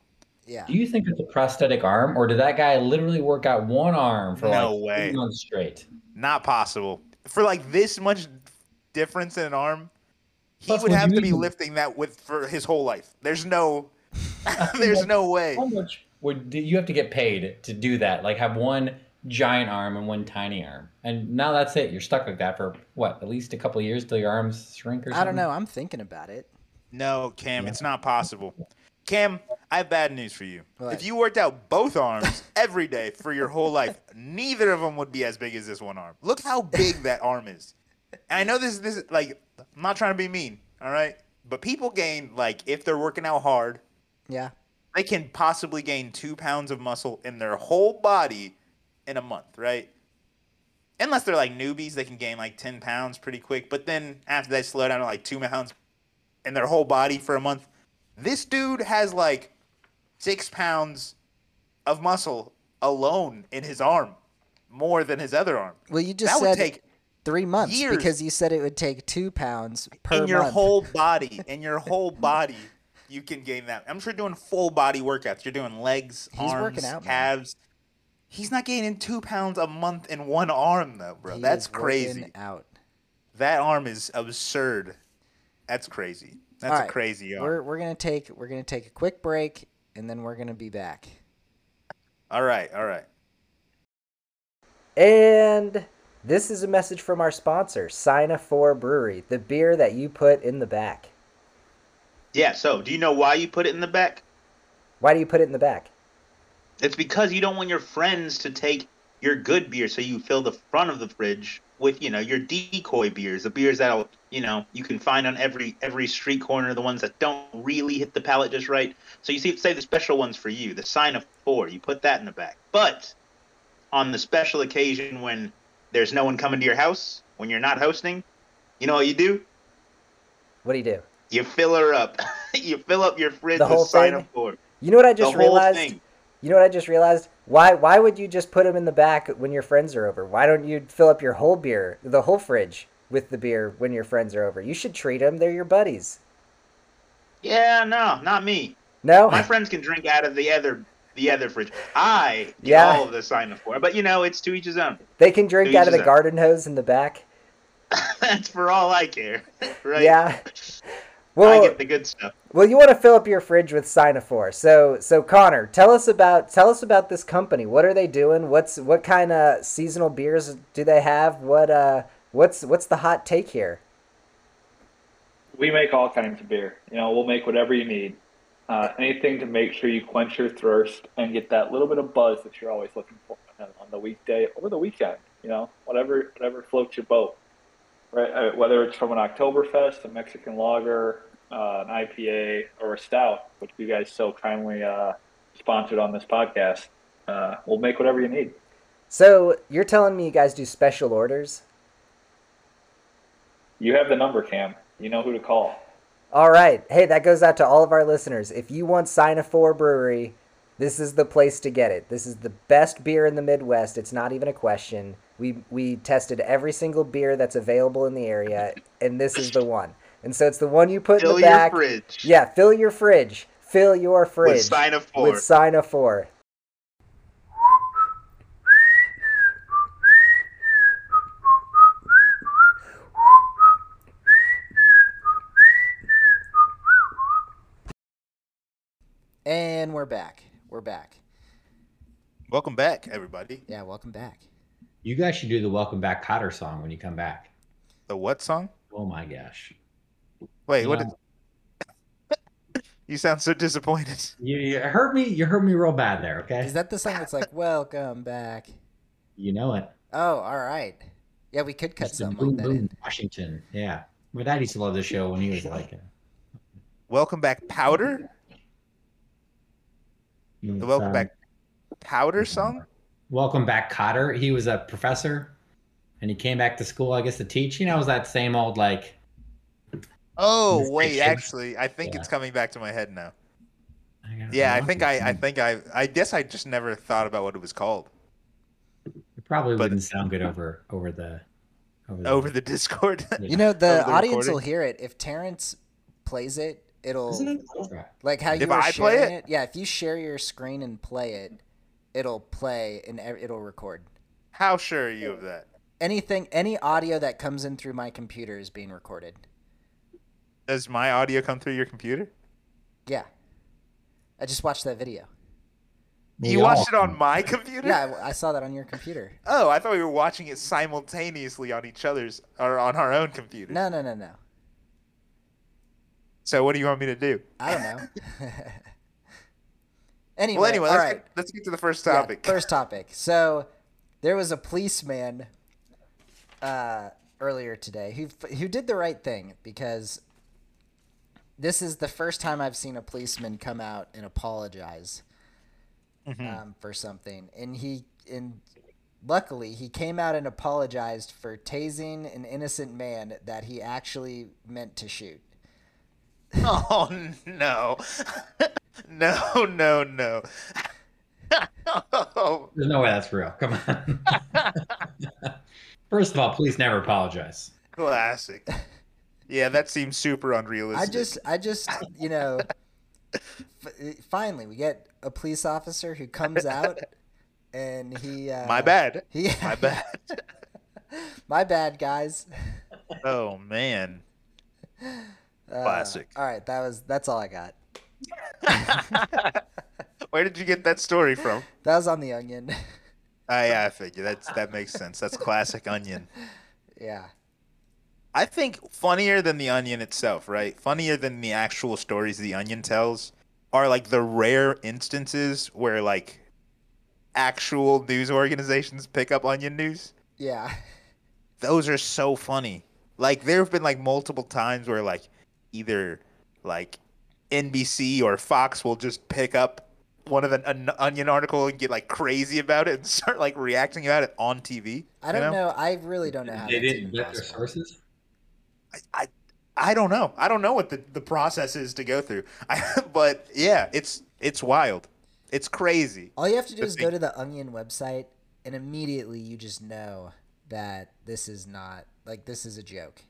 yeah, Do you think it's a prosthetic arm, or did that guy literally work out one arm for No like way. three months straight? not possible for like this much difference in an arm. He Plus, would would have you to be even- lifting that with for his whole life. There's no, there's no way. How much would do you have to get paid to do that? Like have one giant arm and one tiny arm, and now that's it. You're stuck like that for what? At least a couple of years till your arms shrink or something. I don't know. I'm thinking about it. No, Cam, Yeah. it's not possible. Cam, I have bad news for you. What? If you worked out both arms every day for your whole life, neither of them would be as big as this one arm. Look how big that arm is. And I know this this is like I'm not trying to be mean, all right? But people gain like if they're working out hard, Yeah, they can possibly gain 2 pounds of muscle in their whole body in a month, right? Unless they're like newbies, they can gain like 10 pounds pretty quick, but then after they slow down to like 2 pounds in their whole body for a month. This dude has like six pounds of muscle alone in his arm, more than his other arm. Well, you just that would said take three months years. because you said it would take two pounds per in your month. whole body, in your whole body, you can gain that. I'm sure doing full body workouts. You're doing legs, He's arms, working out, man. calves. He's not gaining two pounds a month in one arm though, bro. He That's is working crazy. Out. That arm is absurd. That's crazy. That's All a right, crazy arm. We're we're gonna take we're gonna take a quick break and then we're gonna be back. All right, all right. And this is a message from our sponsor, Sina 4 Brewery, the beer that you put in the back. Yeah, so do you know why you put it in the back? Why do you put it in the back? It's because you don't want your friends to take your good beer, so you fill the front of the fridge with, you know, your decoy beers, the beers that'll, you know, you can find on every every street corner, the ones that don't really hit the palate just right. So you see, save the special ones for you, the sign of four. You put that in the back. But on the special occasion when there's no one coming to your house, when you're not hosting, you know what you do? What do you do? You fill her up. you fill up your fridge The whole with sign thing? of four. You know what I The just whole realized? thing. You know what I just realized? Why why would you just put them in the back when your friends are over? Why don't you fill up your whole beer, the whole fridge with the beer when your friends are over? You should treat them. They're your buddies. Yeah, no, not me. No? My friends can drink out of the other the other fridge. I get Yeah. all of the sign up for, but you know, it's to each his own. They can drink Who out of the uses that? garden hose in the back. That's for all I care, right? Yeah. I Well, get the good stuff. well, you want to fill up your fridge with Sinophore. So, so Connor, tell us about tell us about this company. What are they doing? What's what kind of seasonal beers do they have? What uh, what's what's the hot take here? we make all kinds of beer. You know, we'll make whatever you need. Uh, anything to make sure you quench your thirst and get that little bit of buzz that you're always looking for on on the weekday or the weekend. You know, whatever whatever floats your boat. Right, uh, whether it's from an Oktoberfest, a Mexican lager, uh, an IPA, or a stout, which you guys so kindly uh, sponsored on this podcast, uh, we'll make whatever you need. So you're telling me you guys do special orders? You have the number, Cam. You know who to call. All right. Hey, that goes out to all of our listeners. If you want Sinophore Brewery, this is the place to get it. This is the best beer in the Midwest. It's not even a question. We we tested every single beer that's available in the area, and this is the one. And so it's the one you put in Fill the your back. fridge. Yeah, fill your fridge. Fill your fridge With Sinophore. with Sinophore. And we're back. We're back. Welcome back, everybody. Yeah, welcome back. You guys should do the Welcome Back Cotter song when you come back. The what song? Oh my gosh. Wait, what? Yeah. did- you sound so disappointed. You, you heard me. You heard me real bad there. Okay. Is that the song that's like "Welcome Back"? you know it. Oh, all right. Yeah, we could cut It's the something Boom like that Boom in. Washington. Yeah. My dad used to love this show when he was like, uh, Welcome back, powder. The welcome um, back, powder song. Welcome back, Cotter. He was a professor, and he came back to school, I guess, to teach. You know, it was that same old like Oh This wait, picture. actually, I think Yeah. it's coming back to my head now. I gotta Yeah, I remember think I, I something. think I, I guess I just never thought about what it was called it probably but- wouldn't sound good over over the over the, over the Discord. You know, the, Of the audience recording? will hear it if Terrence plays it. It'll Isn't it over? like how you If were I play sharing it? Yeah, if you share your screen and play it, it'll play and e- it'll record. How sure are you of that? Anything, any audio that comes in through my computer is being recorded. Does my audio come through your computer? Yeah, I just watched that video. We you watched it all- on my computer? Yeah, I, I saw that on your computer. Oh, I thought we were watching it simultaneously on each other's or on our own computer. No, no, no, no. So what do you want me to do? I don't know. anyway, well, anyway, all let's, right. get, let's get to the first Yeah, topic. first topic. So there was a policeman uh, earlier today who who did the right thing because this is the first time I've seen a policeman come out and apologize Mhm. um, for something, and he and luckily he came out and apologized for tasing an innocent man that he actually meant to shoot. Oh no, no, no, no. oh, There's no way that's real. Come on. First of all, please never apologize. classic. Yeah, that seems super I unrealistic. just, I just, you know, f- eh, finally we get a police officer who comes out and he. Uh, my bad. He, My bad. my bad, guys. oh man. Uh, Classic. All right, that was that's all I got. Where did you get that story from? That was on the Onion. I, I figure that's that makes sense. That's classic Onion. yeah, I think funnier than the Onion itself, right? Funnier than the actual stories the Onion tells are like the rare instances where like actual news organizations pick up Onion news. yeah, those are so funny. Like there have been like multiple times where like either like NBC or Fox will just pick up one of the an Onion article and get like crazy about it and start like reacting about it on TV. I don't know? I really don't know how they that's didn't even vet their possible. sources. I, I I don't know. I don't know what the, the process is to go through. I, but yeah, it's it's wild. It's crazy. All you have to do Good is go to the Onion website, and immediately you just know that this is not like this is a joke.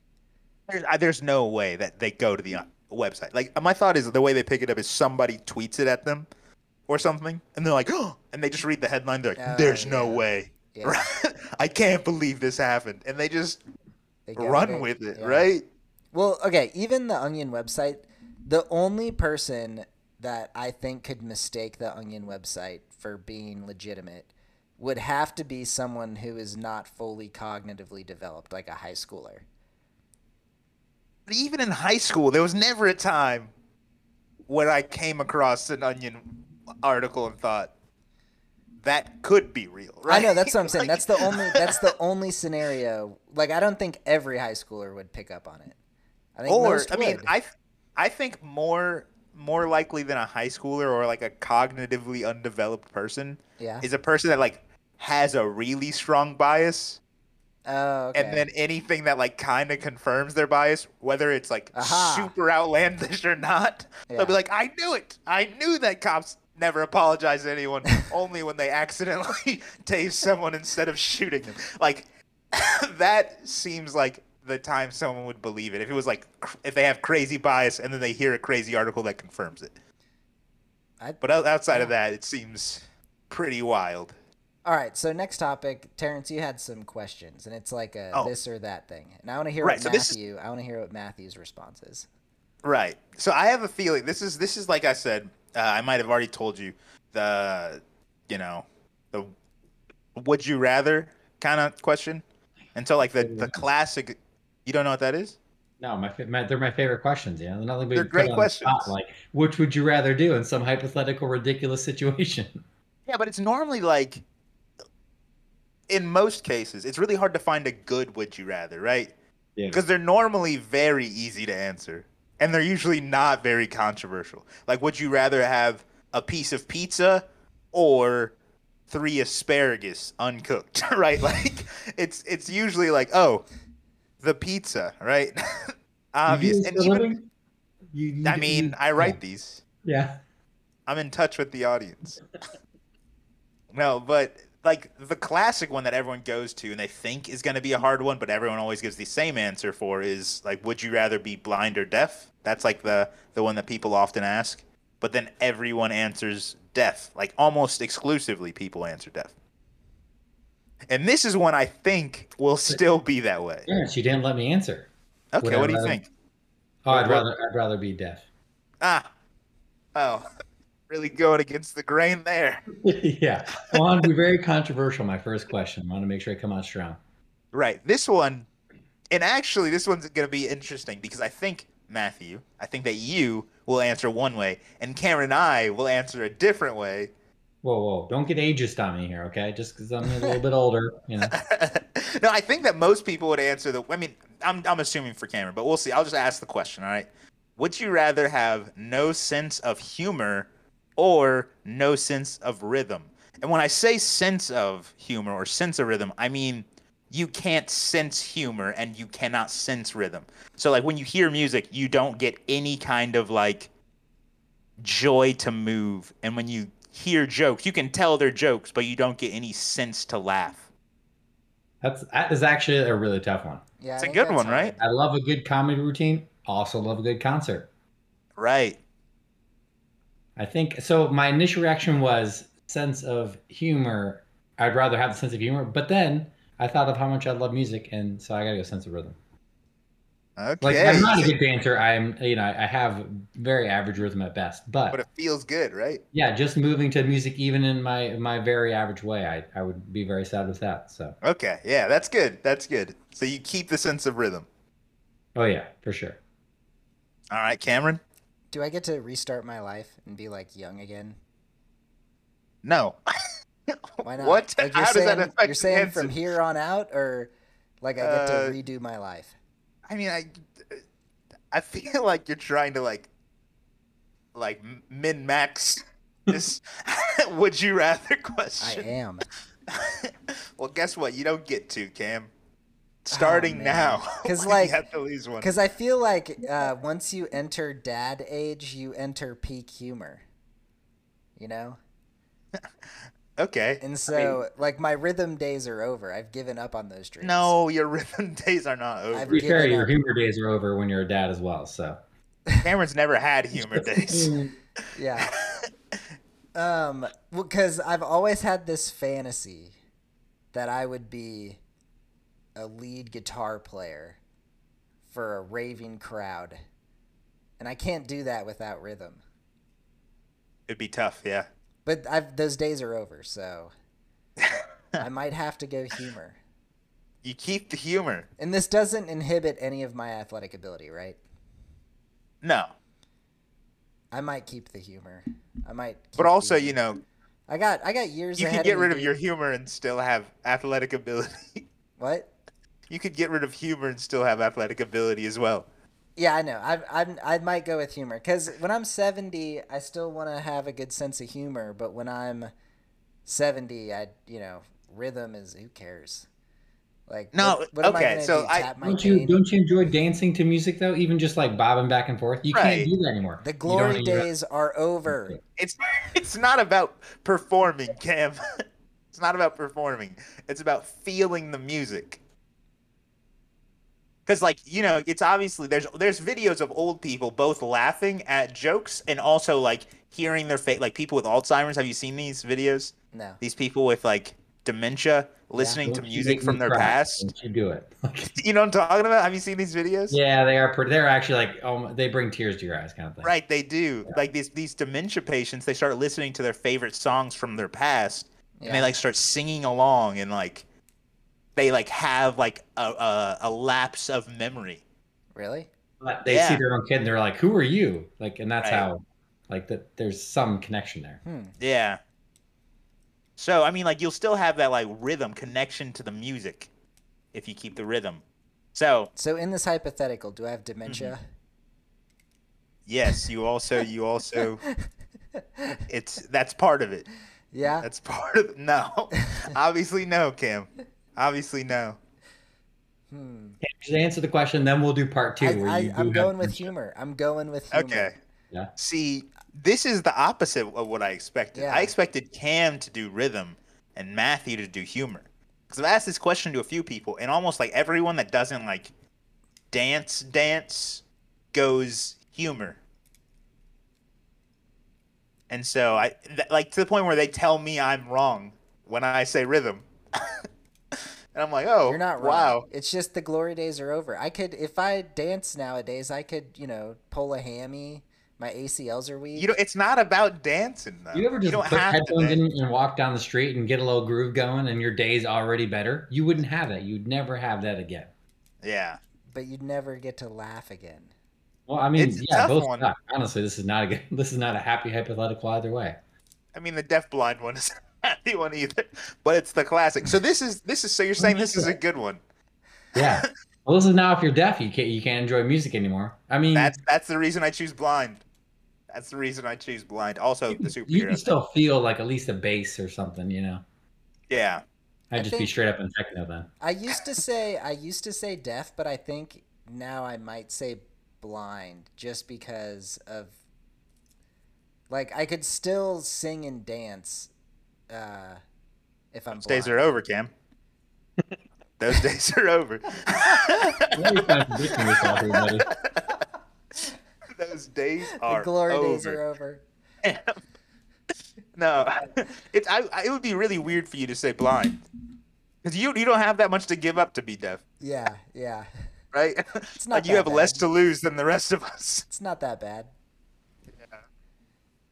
There's, I- there's no way that they go to the uh, website. Like my thought is the way they pick it up is somebody tweets it at them or something, and they're like, oh, and they just read the headline. They're like, Oh, there's no yeah. way. Yeah, I can't believe this happened, and they just they go run it. with it, Yeah. right? Well, okay, even the Onion website, the only person that I think could mistake the Onion website for being legitimate would have to be someone who is not fully cognitively developed, like a high schooler. But even in high school, there was never a time when I came across an Onion article and thought that could be real. Right? I know that's what I'm saying. Like- That's the only that's the only scenario. Like I don't think every high schooler would pick up on it. I think or most I mean, would. I th- I think more more likely than a high schooler or like a cognitively undeveloped person yeah. is a person that like has a really strong bias, Oh, okay. and then anything that like kind of confirms their bias, whether it's like Aha. super outlandish or not, they'll be Yeah. like, "I knew it. I knew that cops." Never apologize to anyone, only when they accidentally tase someone instead of shooting them. Like, that seems like the time someone would believe it. If it was like, cr- if they have crazy bias and then they hear a crazy article that confirms it. I- but o- outside of that, it seems pretty wild. All right, so next topic, Terrence, you had some questions, and it's like a Oh. this or that thing, and I want to hear Right, what so this is- Matthew. I want to hear what Matthew's response is. Right. So I have a feeling this is this is like I said. Uh, I might have already told you the you know the would you rather kind of question. And so like the the classic. You don't know what that is? No, my, fa- my they're my favorite questions. You know, they're nothing but They're put great on the spot, questions. like, which would you rather do in some hypothetical ridiculous situation? Yeah, but it's normally like in most cases, it's really hard to find a good would you rather, right? Yeah. Because they're normally very easy to answer. And they're usually not very controversial. Like, would you rather have a piece of pizza or three asparagus uncooked? right? Like it's it's usually like, oh, the pizza, right? Obvious. And even You, you- I you- mean, I write these. Yeah. I'm in touch with the audience. no, but like the classic one that everyone goes to and they think is going to be a hard one, but everyone always gives the same answer for is like, would you rather be blind or deaf? That's like the the one that people often ask. But then everyone answers deaf. Like almost exclusively, people answer deaf. And this is one I think will still be that way. Terrence, you didn't let me answer. Okay, I what do you rather- think? Oh, I'd What- rather I'd rather be deaf. Ah, oh, really going against the grain there. yeah. I want to be very controversial. My first question. I want to make sure I come out strong. Right. This one, and actually, this one's going to be interesting because I think, Matthew, I think that you will answer one way, and Cameron and I will answer a different way. Whoa, whoa! Don't get ageist on me here, okay? Just because I'm a little bit older, you know. no, I think that most people would answer the. I mean, I'm, I'm assuming for Cameron, but we'll see. I'll just ask the question, all right? Would you rather have no sense of humor or no sense of rhythm? And when I say sense of humor or sense of rhythm, I mean you can't sense humor and you cannot sense rhythm. So, like, when you hear music, you don't get any kind of like joy to move. And when you hear jokes, you can tell they're jokes, but you don't get any sense to laugh. That's that is actually a really tough one. Yeah, I It's a think good that's one, hard. right? I love a good comedy routine. Also love a good concert. Right. I think so. My initial reaction was sense of humor. I'd rather have the sense of humor, but then I thought of how much I love music, and so I gotta go sense of rhythm. Okay. Like I'm not a good dancer. I'm you know I I have very average rhythm at best, but, but it feels good, right? yeah, just moving to music even in my my very average way, I I would be very sad with that. So Okay. Yeah, that's good. That's good. So you keep the sense of rhythm. oh yeah, for sure. All right, Cameron? Do I get to restart my life and be like young again? No. Why not? What? Like, How does saying, that affect You're the saying from answer? here on out, or like I get Uh, to redo my life? I mean, I I feel like you're trying to like like min max this would you rather I question. am. well, guess what? You don't get to, Cam. Starting Oh, man. now. 'Cause, you like- have to lose one. Because I feel like uh, once you enter dad age, you enter peak humor. You know, Okay. and so like my rhythm days are over. I've given up on those dreams. No, your rhythm days are not over. I've To be fair, given your up. humor days are over when you're a dad as well. So Cameron's never had humor days. Mm. Yeah. um, because I've always had this fantasy that I would be a lead guitar player for a raving crowd. And I can't do that without rhythm. It'd be tough, yeah. But I've those days are over, so I might have to go humor. You keep the humor. And this doesn't inhibit any of my athletic ability, right? No, I might keep the humor. I might keep but also, humor. you know, I got I got years you ahead could get me, rid of dude. your humor and still have athletic ability. What? you could get rid of humor and still have athletic ability as well. Yeah, I know. I I'm, I might go with humor because when I'm 70, I still want to have a good sense of humor. But when I'm 70, I you know rhythm is who cares? Like No, what, what okay, am I so gonna do, I- tap my Don't you cane? don't you enjoy dancing to music though? Even just like bobbing back and forth, you Right. can't do that anymore. The You don't glory even- days are over. It's it's not about performing, Cam. It's not about performing. It's about feeling the music. Cuz like, you know, it's obviously there's there's videos of old people both laughing at jokes and also like hearing their face like people with Alzheimer's. Have you seen these videos? No. These people with like dementia listening to Don't you music make from me their cry. past. Don't you do it? You know what I'm talking about? Have you seen these videos? yeah, they are. Pretty, they're actually like, oh, they bring tears to your eyes, kind of thing. Right, they do. Like these these dementia patients, they start listening to their favorite songs from their past, and Yeah. they like start singing along, and like they like have like a a, a lapse of memory. Really? But they Yeah. see their own kid and they're like, "Who are you?" Like, and that's Right. how, like, that. There's some connection there. Hmm. Yeah. So I mean, like you'll still have that like rhythm connection to the music, if you keep the rhythm. So So in this hypothetical, do I have dementia? yes, you also you also it's that's part of it. Yeah. That's part of no, obviously no, Kim. Obviously no. Hmm. Just answer the question, then we'll do part two. I, where you I, do I'm have- going with humor. I'm going with humor. Okay. Yeah. See, this is the opposite of what I expected. Yeah. I expected Cam to do rhythm and Matthew to do humor. Because I've asked this question to a few people, and almost like everyone that doesn't like dance, dance goes humor. And so I th- like to the point where they tell me I'm wrong when I say rhythm. and I'm like, oh, You're not wrong. wow. It's just the glory days are over. I could, if I dance nowadays, I could, you know, pull a hammy. My ACLs are weak. You know, it's not about dancing though. You ever just don't put have headphones to in and walk down the street and get a little groove going, and your day's already better? You wouldn't have that. You'd never have that again. Yeah. but you'd never get to laugh again. Well, I mean, It's a yeah, tough both. one. suck. Honestly, this is not a good. This is not a happy hypothetical either way. I mean, the deafblind one is not the one either, but it's the classic. So this is this is so you're saying this is a good one. Yeah. well, this is now if you're deaf, you can't you can't enjoy music anymore. I mean, That's that's the reason I choose blind. That's the reason I choose blind. Also, the you can superhero. still feel like at least a bass or something, you know. Yeah, I'd I just be think- straight up in techno then. I used to say I used to say deaf, but I think now I might say blind just because of like I could still sing and dance uh if I'm those days blind. are over, Cam. Those days are over. Why are you contradicting yourself, everybody? Those days the are glory over. days are over. No, it's I, I. It would be really weird for you to say blind, because you you don't have that much to give up to be deaf, Yeah, yeah. right? It's not Like you that have less bad. to lose than the rest of us. It's not that bad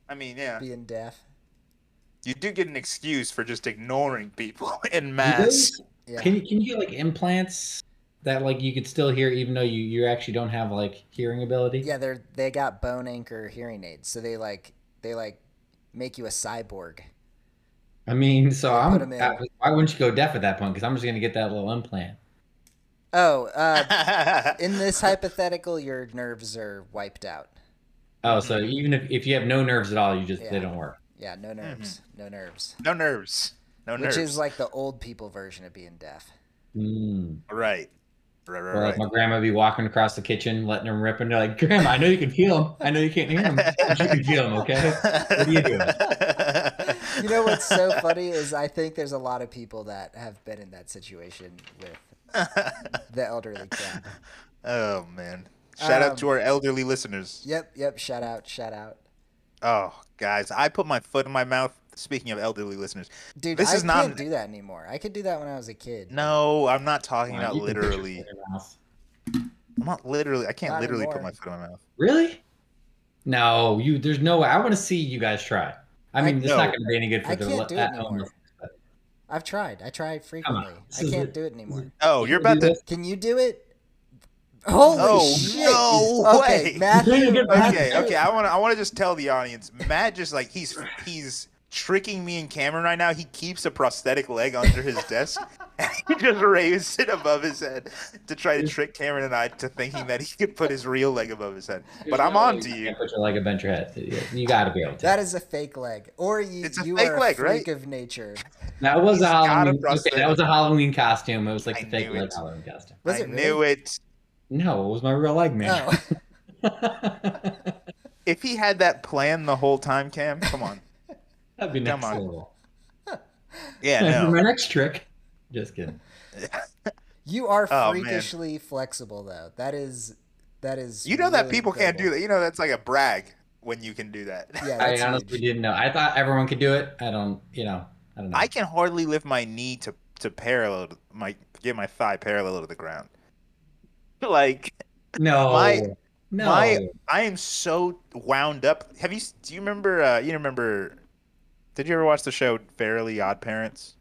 I mean, yeah. being deaf. You do get an excuse for just ignoring people in You mass. do? Yeah. Can you can you get like implants that like you could still hear even though you you actually don't have like hearing ability? Yeah, they're they got bone anchor hearing aids, so they like they like make you a cyborg. I mean, so Yeah, I'm put 'em in. I- why wouldn't you go deaf at that point? Because I'm just gonna get that little implant. Oh, uh in this hypothetical your nerves are wiped out. Oh, so even if, if you have no nerves at all, you just Mm-hmm. Yeah. they don't work. Yeah, no nerves. No nerves. no nerves. Mm-hmm. No Which nerves. is like the old people version of being deaf. Mm. right. Right, Or right, like right. my grandma be walking across the kitchen, letting them rip, and they're like, "Grandma, I know you can feel them. I know you can't hear them, but you can feel them, okay?" What are you doing? You know what's so funny is I think there's a lot of people that have been in that situation with the elderly crowd. oh man. Shout out Um, to our elderly listeners. Yep, yep, shout out, shout out. Oh, guys, I put my foot in my mouth. Speaking of elderly listeners, Dude, This I is not can't an- do that anymore. I could do that when I was a kid. no, I'm not talking Wow, about you can put your literally. foot in your mouth. I'm not literally. I can't Not literally put anymore. my foot in my mouth. Really? No, you. There's no way. I want to see you guys try. I mean, it's No. not going to be any good for I the uh, um, can't do it that anymore. element. I've tried. I tried frequently. this I is can't it. do it anymore. Oh, you're about to. Can you do it? Holy Oh, shit. no okay, way. Matthew. You're gonna get Matthew. Okay, okay. I want to. I want to just tell the audience. Matt just like he's he's tricking me and Cameron right now. He keeps a prosthetic leg under his desk, he just raised it above his head to try to trick Cameron and I to thinking that he could put his real leg above his head. But I'm on to you. can't put your leg above your head. You- You got to be able to. That is a fake leg, or you, It's a you fake are a leg, freak right? of nature. That was a He's got a Halloween. prosthetic. Okay, that was a Halloween costume. It was like I the fake knew leg it. Halloween costume. Was I it knew really? it. No, it was my real leg, man. Oh, If he had that plan the whole time, Cam, come on. That'd be Come next on. level. Yeah, my no. next trick. Just kidding. you are Oh, man. freakishly flexible, though. That is that is. You know that really people can't do incredible. that. You know that's like a brag when you can do that. Yeah, I that's honestly huge. didn't know. I thought everyone could do it. I don't. You know. I don't know. Mm. I can hardly lift my knee to to parallel to my get my thigh parallel to the ground. Like no. my- no. my- I am so wound up. Have you? s- Do you remember? Uh, you remember? Did you ever watch the show Fairly Odd Parents?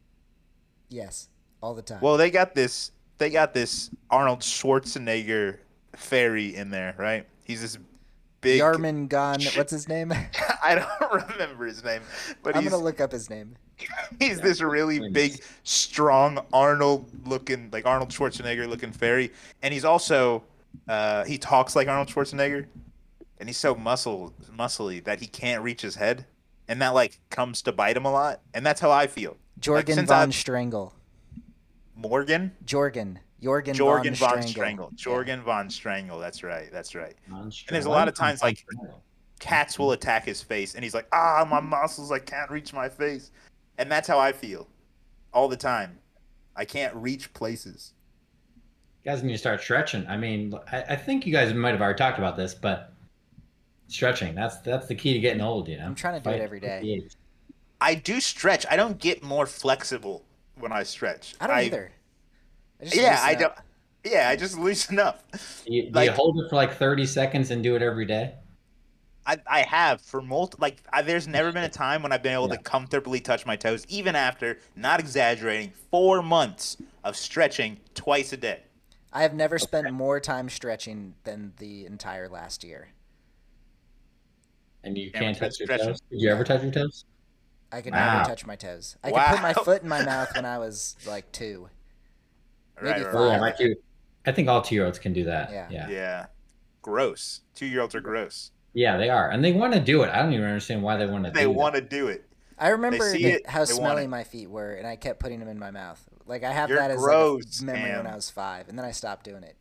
Yes, all the time. Well, they got this. They got this Arnold Schwarzenegger fairy in there, right? He's this big. Yarman Gon, what's his name? I'm I don't remember his name, but he's gonna look up his name. he's this really goodness. big, strong Arnold looking, like Arnold Schwarzenegger looking fairy, and he's also uh, he talks like Arnold Schwarzenegger, and he's so muscle muscly that he can't reach his head, and that like comes to bite him a lot, and that's how I feel. Jorgen since von I've- Strangle. Morgan, Jorgen. Jorgen, Jorgen von, von, Strangle, Jorgen von Strangle. That's right. That's right. and there's a lot of times, like- Cats will attack his face, and he's like, ah, my muscles, I can't reach my face, and that's how I feel, all the time. I can't reach places. guys need to start stretching. I mean, I, I think you guys might have already talked about this, but stretching that's that's the key to getting old. You know. I'm trying to do it Fight every with day. the aches. I do stretch. I don't get more flexible when I stretch. I don't either. I just Yeah, loosen I up. don't. Yeah, I just loosen up. Do you, do Like- you hold it for like 30 seconds and do it every day? I, I have for multi like I, there's never been a time when I've been able Yeah. to comfortably touch my toes, even after not exaggerating four months of stretching twice a day. I have never spent more time stretching than the entire last year. And you Never can't been touch your stretching. toes. Did you ever touch your toes? I could Wow. never touch my toes. I could put my Wow. foot in my mouth when I was like two. Maybe Right, right, five. Oh, yeah, right. my two. I think all two year olds can do that. Yeah. yeah. Yeah, gross. Two year olds are gross. Yeah, they are, and they want to do it. I don't even understand why they want to. They do want to do it. I remember see that- it, how they want smelly it. my feet were, and I kept putting them in my mouth. Like I have You're that as gross, like, a memory when man. I was five, and then I stopped doing it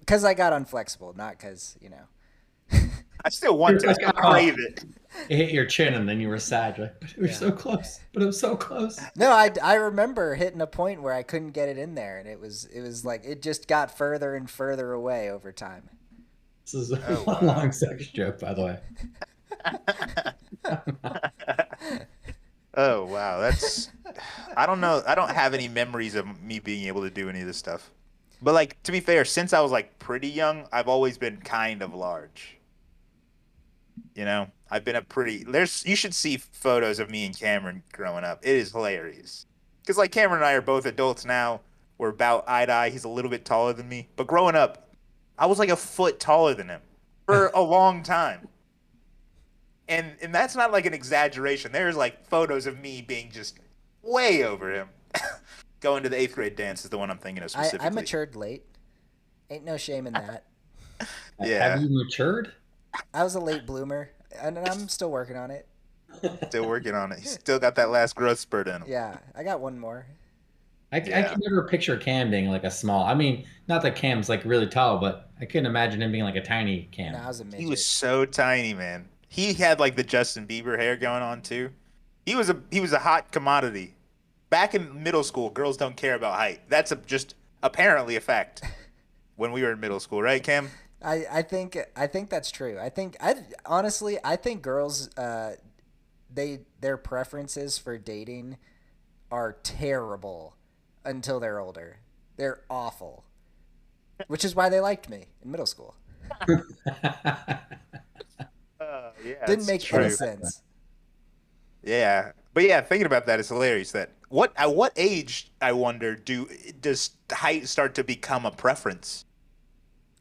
because I got unflexible, not because you know. I still want to. I still crave it. That. It hit your chin, and then you were sad. You're like, but we are Yeah. so close. But I'm so close. No, I, I remember hitting a point where I couldn't get it in there, and it was it was like it just got further and further away over time. This is a Oh, wow. long sex joke, by the way. Oh wow, that's I don't know. I don't have any memories of me being able to do any of this stuff. But like to be fair, since I was like pretty young, I've always been kind of large. You know, I've been a pretty there's you should see photos of me and Cameron growing up. It is hilarious. Cuz like Cameron and I are both adults now. We're about eye to eye. He's a little bit taller than me, but growing up, I was like a foot taller than him for a long time and and that's not like an exaggeration. There's like photos of me being just way over him. Going to the eighth grade dance is the one I'm thinking of I, specifically. I matured late. Ain't no shame in that. Yeah. Have you matured? I was a late bloomer, and I'm still working on it. Still working on it. He's still got that last growth spurt in him. Yeah, I got one more. I, I Yeah. can never picture Cam being like a small. I mean, not that Cam's like really tall, but I couldn't imagine him being like a tiny Cam. No, I was a midget. He was so tiny, man. He had like the Justin Bieber hair going on too. He was a he was a hot commodity. Back in middle school, girls don't care about height. That's a, just apparently a fact. When we were in middle school, right, Cam? I, I think I think that's true. I think I honestly I think girls uh, they their preferences for dating are terrible until they're older. They're awful, which is why they liked me in middle school. Uh, yeah, Didn't it's make true. any sense. Yeah, but yeah, thinking about that, it's hilarious that what at what age I wonder do does height start to become a preference?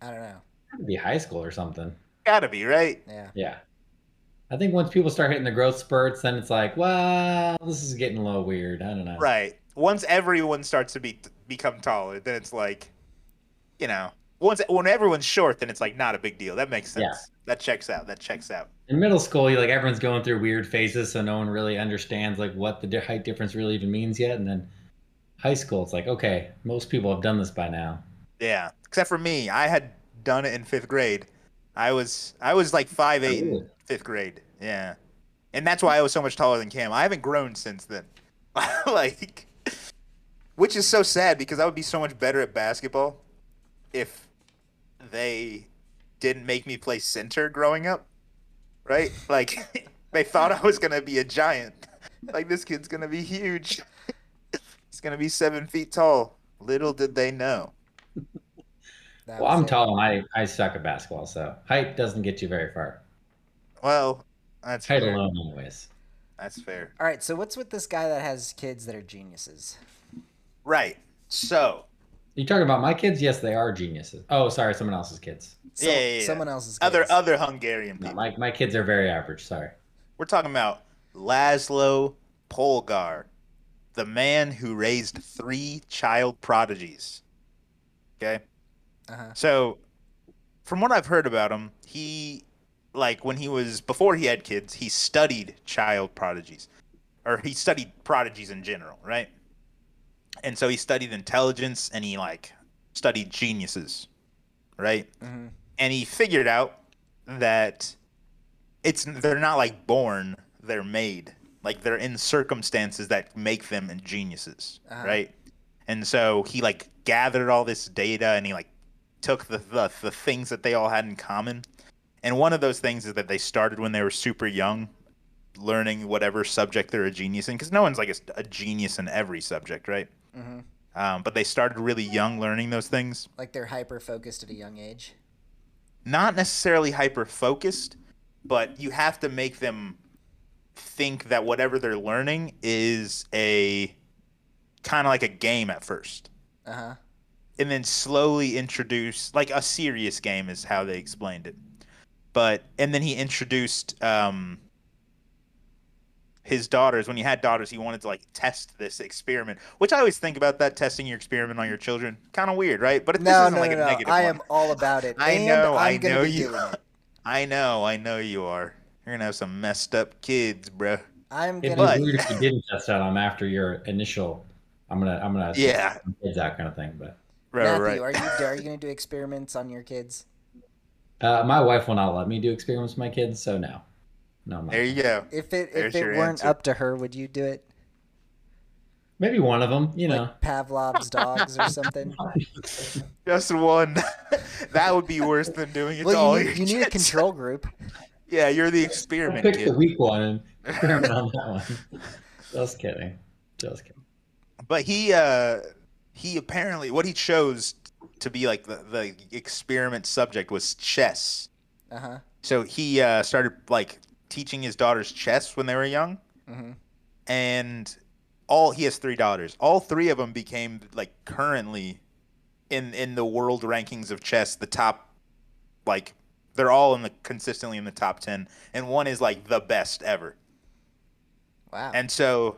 I don't know. It'd be high school or something. Gotta be right. Yeah, Yeah. I think once people start hitting the growth spurts, then it's like, well, this is getting a little weird. I don't know. Right. once everyone starts to be become taller, then it's like, you know, once when everyone's short, then it's like not a big deal. That makes sense. Yeah. That checks out. That checks out. in middle school, you like everyone's going through weird phases, so no one really understands like what the di- height difference really even means yet. And then high school, it's like okay, most people have done this by now. Yeah. Except for me, I had done it in fifth grade. I was I was like five eight in Really? fifth grade. Yeah. And that's why I was so much taller than Cam. I haven't grown since then. like which is so sad because I would be so much better at basketball if they didn't make me play center growing up. Right? Like they thought I was gonna be a giant. Like this kid's gonna be huge. He's gonna be seven feet tall. Little did they know. That Well, was I'm it. tall and I I suck at basketball, so height doesn't get you very far. Well, that's Height fair. alone, anyways. That's fair. All right, so what's with this guy that has kids that are geniuses? Right. So You talking about my kids? Yes, they are geniuses. Oh, sorry, someone else's kids. Some- Yeah, yeah, yeah. Someone else's kids. other other Hungarian No, people. my my kids are very average. Sorry. We're talking about Laszlo Polgar, the man who raised three child prodigies. Okay. Uh-huh. So, from what I've heard about him, he, like, when he was, before he had kids, he studied child prodigies, or he studied prodigies in general, right? And so he studied intelligence and he, like, studied geniuses, right? hmm and he figured out that it's they're not like born they're made like they're in circumstances that make them geniuses Uh-huh. right and so he like gathered all this data and he like took the, the the things that they all had in common and one of those things is that they started when they were super young learning whatever subject they're a genius in because no one's like a, a genius in every subject right hmm um, but they started really young learning those things Like they're hyper focused at a young age. not necessarily hyper focused, but you have to make them think that whatever they're learning is a kind of like a game at first. Uh huh. And then slowly introduce like a serious game is how they explained it. But and then he introduced um his daughters when he had daughters he wanted to like test this experiment which i always think about that testing your experiment on your children kind of weird right but it, this No, isn't no, like no, a no. negative I one. am all about it. I and know, I'm I gonna know be you doing it. I know, I know you are. You're gonna have some messed up kids, bro. I'm It'd gonna. But- be weird if you didn't test out on 'em after your initial. I'm gonna I'm gonna Yeah. kids that kind of thing, but. Right, right. Matthew, are you are you gonna do experiments on your kids? Uh, my wife will not let me do experiments with my kids, so no, no, I'm not. There you go. If it if There's it your weren't answer. up to her, would you do it? Maybe one of them, you know. Like Pavlov's dogs or something. Just one. that would be worse than doing it to all well, you your need, you need a kids. control group. Yeah, you're the I'll experiment pick kid. the weak one and experiment on that one. Just kidding, just kidding. But he, uh, he apparently what he chose to be like the, the experiment subject was chess. Uh huh. So he uh, started like teaching his daughters chess when they were young, hmm and all he has three daughters. All three of them became like currently in in the world rankings of chess, the top like they're all in the consistently in the top 10 and one is like the best ever. Wow. And so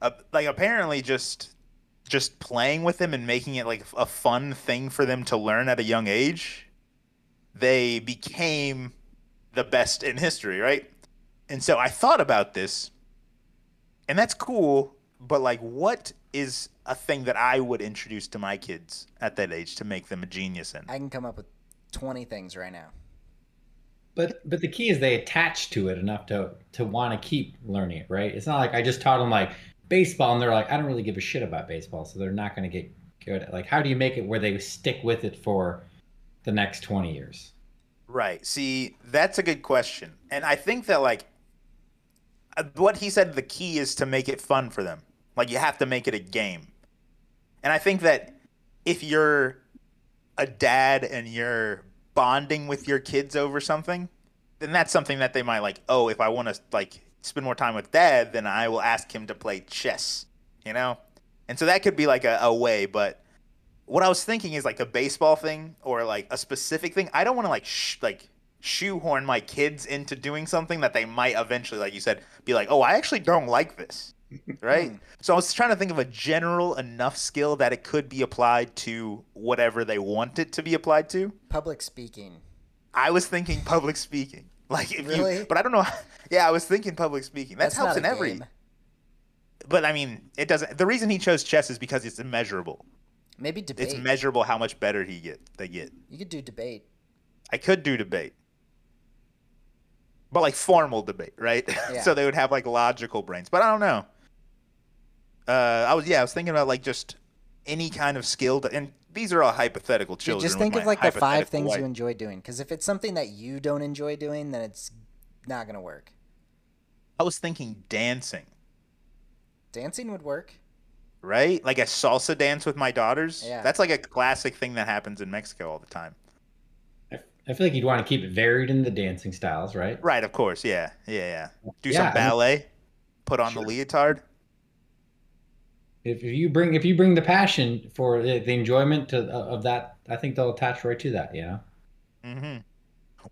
uh, like apparently just just playing with them and making it like a fun thing for them to learn at a young age, they became the best in history, right? And so I thought about this, and that's cool, but like, what is a thing that I would introduce to my kids at that age to make them a genius in? I can come up with twenty things right now. But but the key is they attach to it enough to to want to keep learning it, right? It's not like I just taught them like baseball and they're like, I don't really give a shit about baseball, so they're not going to get good. at Like, how do you make it where they stick with it for the next twenty years? Right. See, that's a good question. And I think that, like, uh, what he said, the key is to make it fun for them. Like, you have to make it a game. And I think that if you're a dad and you're bonding with your kids over something, then that's something that they might, like, oh, if I want to, like, spend more time with dad, then I will ask him to play chess, you know? And so that could be, like, a, a way, but what I was thinking is like the baseball thing or like a specific thing. I don't want to like sh- like shoehorn my kids into doing something that they might eventually, like you said, be like, oh, I actually don't like this. right? so I was trying to think of a general enough skill that it could be applied to whatever they want it to be applied to. Public speaking. I was thinking public speaking. Like if Really? you but I don't know yeah, I was thinking public speaking. That That's not helps in a every game. but I mean it doesn't the reason he chose chess is because it's immeasurable. Maybe debate. It's measurable how much better he get they get. you could do debate. I could do debate. But like formal debate, right? Yeah. so they would have like logical brains. But I don't know. Uh, I was yeah, I was thinking about like just any kind of skill to, and these are all hypothetical Dude, children. just with think of my like the five hypothetical things wife. you enjoy doing. Because if it's something that you don't enjoy doing, then it's not gonna work. I was thinking dancing, Dancing would work. right? Like a salsa dance with my daughters. Yeah. That's like a classic thing that happens in Mexico all the time. I I feel like you'd want to keep it varied in the dancing styles, right? Right, of course. Yeah. Yeah, yeah. Do Yeah, I some mean- ballet, put on Sure. the leotard. If, if you bring if you bring the passion for the, the enjoyment to, of that, I think they'll attach right to that. You know, Mm-hmm.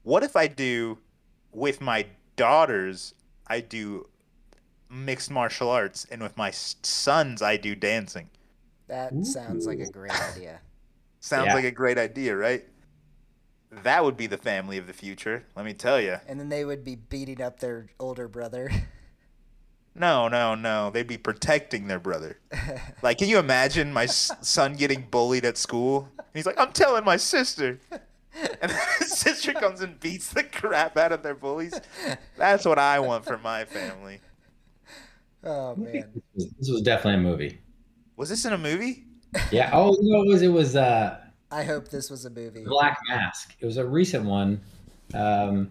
What if I do with my daughters? I do mixed martial arts, and with my s- sons, I do dancing. That sounds like a Ooh. great idea. Sounds Yeah. like a great idea, right? That would be the family of the future. Let me tell you. And then they would be beating up their older brother. No, no, no. They'd be protecting their brother. Like, can you imagine my s- son getting bullied at school? And he's like, I'm telling my sister. And then his sister comes and beats the crap out of their bullies. That's what I want for my family. oh I think man. this was, this was definitely a movie. Was this in a movie? Yeah. Oh, you know, it was it was uh, I hope this was a movie. Black Mask. It was a recent one. Um,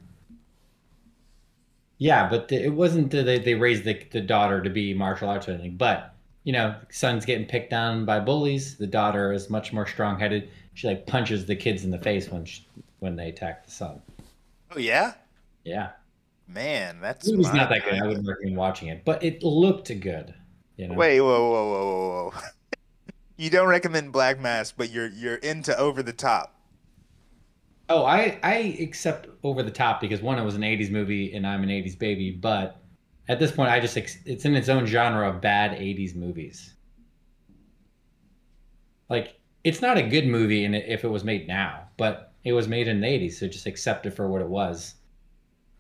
yeah, but the, it wasn't that they, they raised the, the daughter to be martial arts or anything. But you know, son's getting picked on by bullies. The daughter is much more strong headed. She like punches the kids in the face when she, when they attack the son. Oh yeah, Yeah, man, that's it was what not I- that good. I wouldn't recommend watching it, but it looked good. You know? Wait, whoa, whoa, whoa, whoa, whoa! you don't recommend Black Mass, but you're you're into over the top. Oh, I I accept over the top because one, it was an '80s movie, and I'm an '80s baby. But at this point, I just ex- it's in its own genre of bad '80s movies. Like it's not a good movie, and if it was made now, but it was made in the '80s, so just accept it for what it was,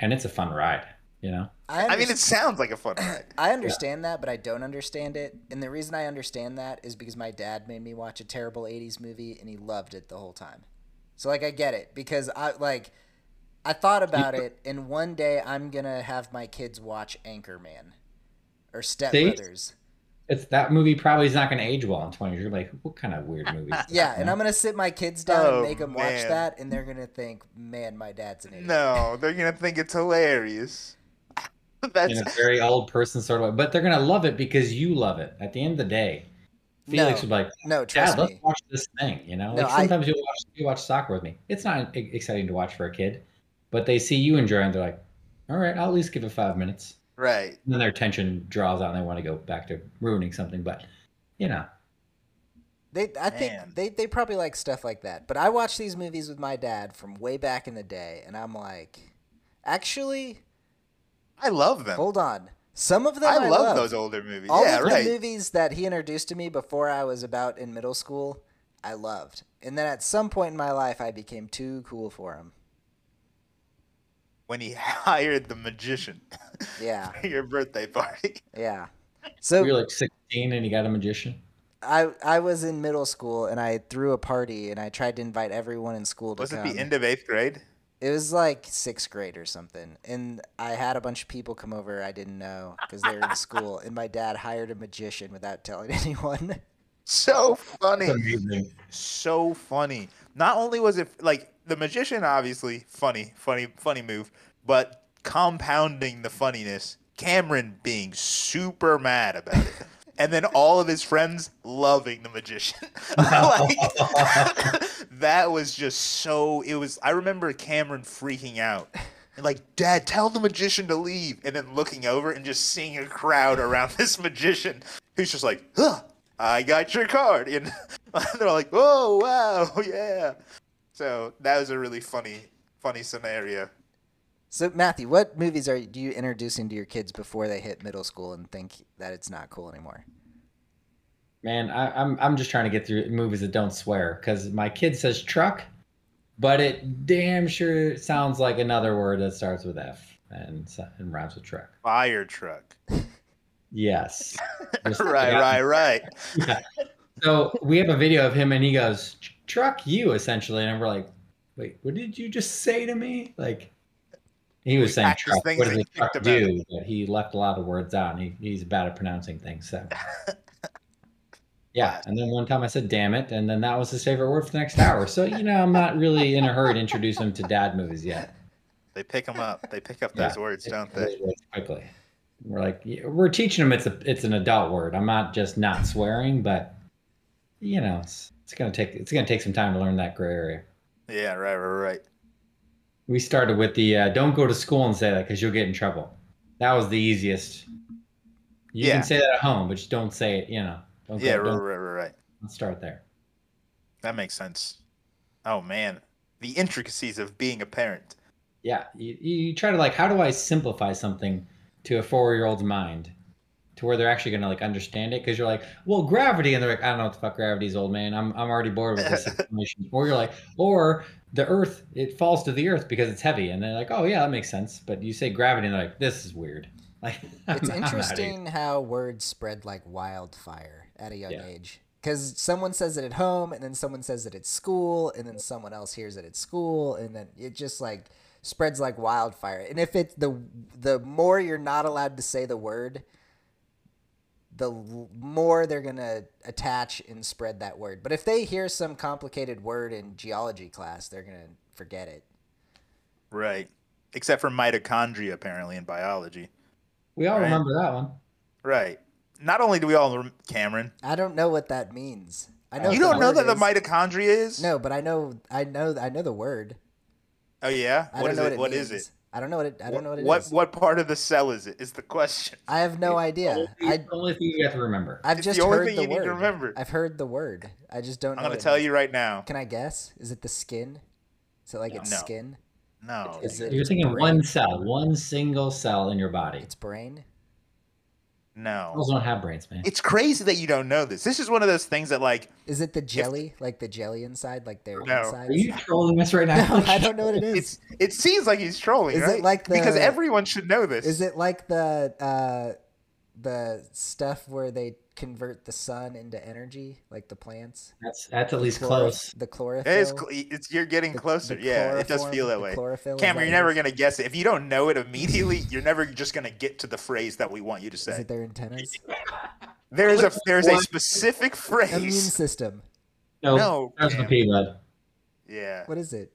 and it's a fun ride, you know. I, I mean, underst- it sounds like a fun ride. I understand that, but I don't understand it. And the reason I understand that is because my dad made me watch a terrible 80s movie and he loved it the whole time. So like I get it because I like I thought about it and one day I'm going to have my kids watch Anchorman or Step See? Brothers. It's that movie probably is not going to age well in 20 years. You're like, what kind of weird movie? is Yeah, that, and man? I'm going to sit my kids down Oh, and make them watch man. that and they're going to think, "Man, my dad's an idiot." No, they're gonna think it's hilarious. in That's a very old person sort of way, but they're gonna love it because you love it. At the end of the day, Felix No. would be like, No, "Dad, trust let's me. watch this thing." You know, No, like I- sometimes you watch you watch soccer with me. It's not e- exciting to watch for a kid, but they see you enjoying. They're like, "All right, I'll at least give it five minutes." right. And then their attention draws out, and they want to go back to ruining something. But you know, They, I Man. think they, they probably like stuff like that. But I watch these movies with my dad from way back in the day, and I'm like, actually, I love them. hold on. Some of them I, I, love those older movies. All yeah, of right. the movies that he introduced to me before I was about in middle school, I loved. And then at some point in my life, I became too cool for him. When he hired the magician Yeah, for your birthday party. yeah. So you're like 16 and you got a magician. I I was in middle school and I threw a party and I tried to invite everyone in school to Was it come. the end of eighth grade? It was like sixth grade or something, and I had a bunch of people come over I didn't know because they were in school, and my dad hired a magician without telling anyone. So funny. That's amazing. so funny. Not only was it like the magician, obviously funny, funny, funny move, but compounding the funniness, Cameron being super mad about it, and then all of his friends loving the magician. Like, that was just so. It was. I remember Cameron freaking out. and Like, Dad, tell the magician to leave, and then looking over and just seeing a crowd around this magician who's just like, huh, I got your card. And they're all like, oh, wow, yeah. So that was a really funny, funny scenario. So Matthew, what movies are do you introducing to your kids before they hit middle school and think that it's not cool anymore? Man, I, I'm I'm just trying to get through movies that don't swear because my kid says truck, but it damn sure sounds like another word that starts with F and s- and rhymes with truck. Fire truck. Yes. Just- right, yeah. right, right. So we have a video of him and he goes truck you essentially, and we're like, wait, what did you just say to me? Like. He was We saying practice truck. things What does that a he truck talked about. do? But he left a lot of words out. And he, he's bad at pronouncing things. So, yeah. And then one time I said, damn it. And then that was his favorite word for the next hour. So, you know, I'm not really in a hurry to introduce him to dad movies yet. They pick them up. They pick up Yeah. those words, don't they? Quickly. We're like, yeah, we're teaching him it's a, it's an adult word. I'm not just not swearing, but you know, it's, it's going to take, it's going to take some time to learn that gray area. Yeah, right, right, right. We started with the uh, don't go to school and say that because you'll get in trouble. That was the easiest. You Yeah. can say that at home, but just don't say it. You know, don't, Yeah, go, right, don't, right, right, right. don't start there. That makes sense. Oh man, the intricacies of being a parent. Yeah, you, you you try to like, how do I simplify something to a four-year-old's mind to where they're actually going to like understand it? Because you're like, well, gravity, and they're like, I don't know what the fuck gravity is, old man. I'm I'm already bored with this information. or you're like, or the Earth, it falls to the Earth because it's heavy, and they're like, oh yeah, that makes sense. But you say gravity, and they're like, this is weird. Like, I'm- It's I'm outta here. interesting how words spread like wildfire at a young Yeah. age. Because someone says it at home, and then someone says it at school, and then someone else hears it at school, and then it just like spreads like wildfire. And if it the the more you're not allowed to say the word, the l- more they're gonna attach and spread that word. But if they hear some complicated word in geology class, they're gonna forget it. Right. Except for mitochondria, apparently, in biology. We all Right. remember that one. Right. Not only do we all, rem- Cameron, I don't know what that means. I know you what don't the know word that the is. mitochondria is? No, but I know, I know, I know the word. Oh yeah. I What don't is know what it? it What means. is it? I don't know what it. I don't know what it is. What what part of the cell is it? Is the question. I have no idea. Only- I only thing you have to remember. I've It's just the only heard thing the you word. need to remember. I've heard the word. I just don't. I'm know gonna what it tell means. you right now. Can I guess? Is it the skin? Is it like its No. skin? No. Is dude. it- You're thinking brain. one cell, one single cell in your body. Its brain? No. Cells don't have brains, man. It's crazy that you don't know this. This is one of those things that like Is it the jelly? Like the jelly inside? Like their No. insides? Are you trolling us right no, now? I don't know what it is. it's it seems like he's trolling, Is it right? like because the- everyone should know this. Is it like the uh, the stuff where they convert the sun into energy, like the plants? That's that's at least Chloro- close. The chlorophyll. It is cl- it's you're getting The- closer. the yeah, it does chloroform- feel that the way. chlorophyll, is Cam, that you're what never it is? gonna guess it. If you don't know it immediately, you're never just gonna get to the phrase that we want you to Is say. it their antennas? There is a there is a What? specific Immune phrase. system. No, No, that's the Cam. P bud. Yeah, What is it?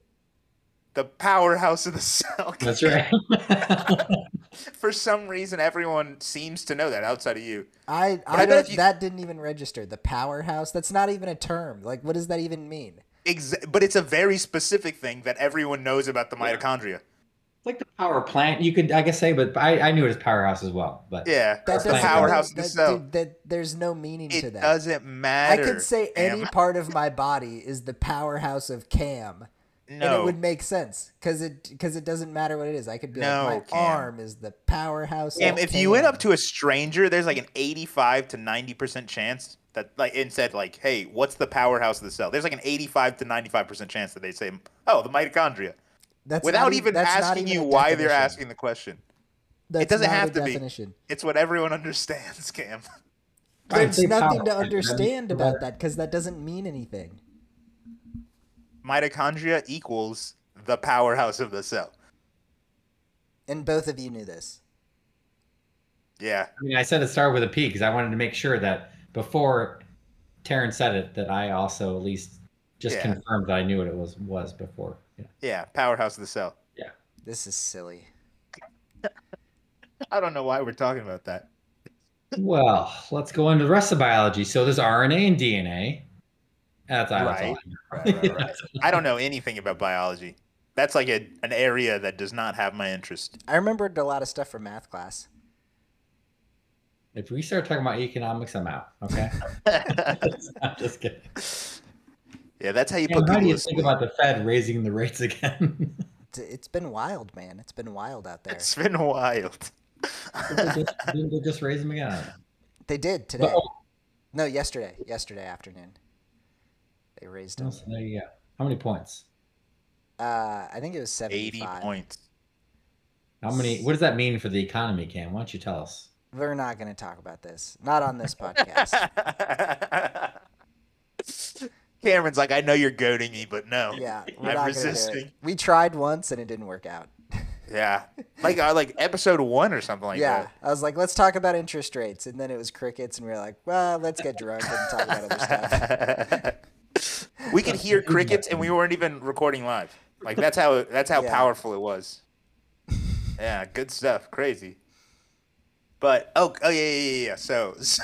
the powerhouse of the cell. That's right. For some reason, everyone seems to know that outside of you. I I, I bet don't, if you- that didn't even register. The powerhouse. That's not even a term. Like, what does that even mean? Ex- but it's a very specific thing that everyone knows about the mitochondria. like the power plant, you could I guess say, but I, I knew it as powerhouse as well. But Yeah, That it's the doesn't- powerhouse of that, the cell. dude, that there's no meaning to it that. doesn't I matter. could say any Cam. part of my body is the powerhouse of Cam, and no. it would make sense because it because it doesn't matter what it is. I could be No, like, my Cam. arm is the powerhouse. Cam, of if you went Cam." up to a stranger, there's like an 85 to 90% chance that, like, and said, like, hey, what's the powerhouse of the cell? There's like an 85 to 95% chance that they say, oh, the mitochondria, that's not e, without even that's not asking even a you why they're definition. asking the question. That's doesn't not have a to be. definition. It's what everyone understands, Cam. All right, There's say nothing to power plant, man. understand Come about on. that because that doesn't mean anything. Mitochondria equals the powerhouse of the cell. And both of you knew this. Yeah. I mean I said it started with a P because I wanted to make sure that before Terrence said it that I also at least just Yeah. confirmed that I knew what it was was before. Yeah. Yeah. Powerhouse of the cell. This is silly. I don't know why we're talking about that. Well, let's go into the rest of biology. So there's RNA and DNA. That's, all- that's all I Right. know. Right, right, right. I don't know anything about biology. That's like a, an area that does not have my interest. I remembered a lot of stuff from math class. If we start talking about economics, I'm out. Okay. I'm just kidding. Yeah, that's how you And put how people do you to think sleep. about the Fed raising the rates again? t- it's been wild, man. It's been wild out there. It's been wild. Didn't they just, didn't they just raise him again? They did today. But, oh, No, yesterday. Yesterday afternoon. They raised him. so there you go. How many points? Uh, I think it was 80 seventy-five. points. How many? What does that mean for the economy, Cam? Why don't you tell us? We're not going to talk about this. Not on this podcast. Cameron's like, I know you're goading me, but no. yeah, we're not gonna I'm do it. resisting. We tried once and it didn't work out. Yeah. Like uh, like episode one or something like uh, yeah, that. I was like, let's talk about interest rates, and then it was crickets, and we were like, well, let's get drunk and talk about other stuff. we could hear crickets and we weren't even recording live. Like that's how that's how Yeah. powerful it was. Yeah, good stuff. Crazy. But oh, oh yeah, yeah, yeah, yeah. So,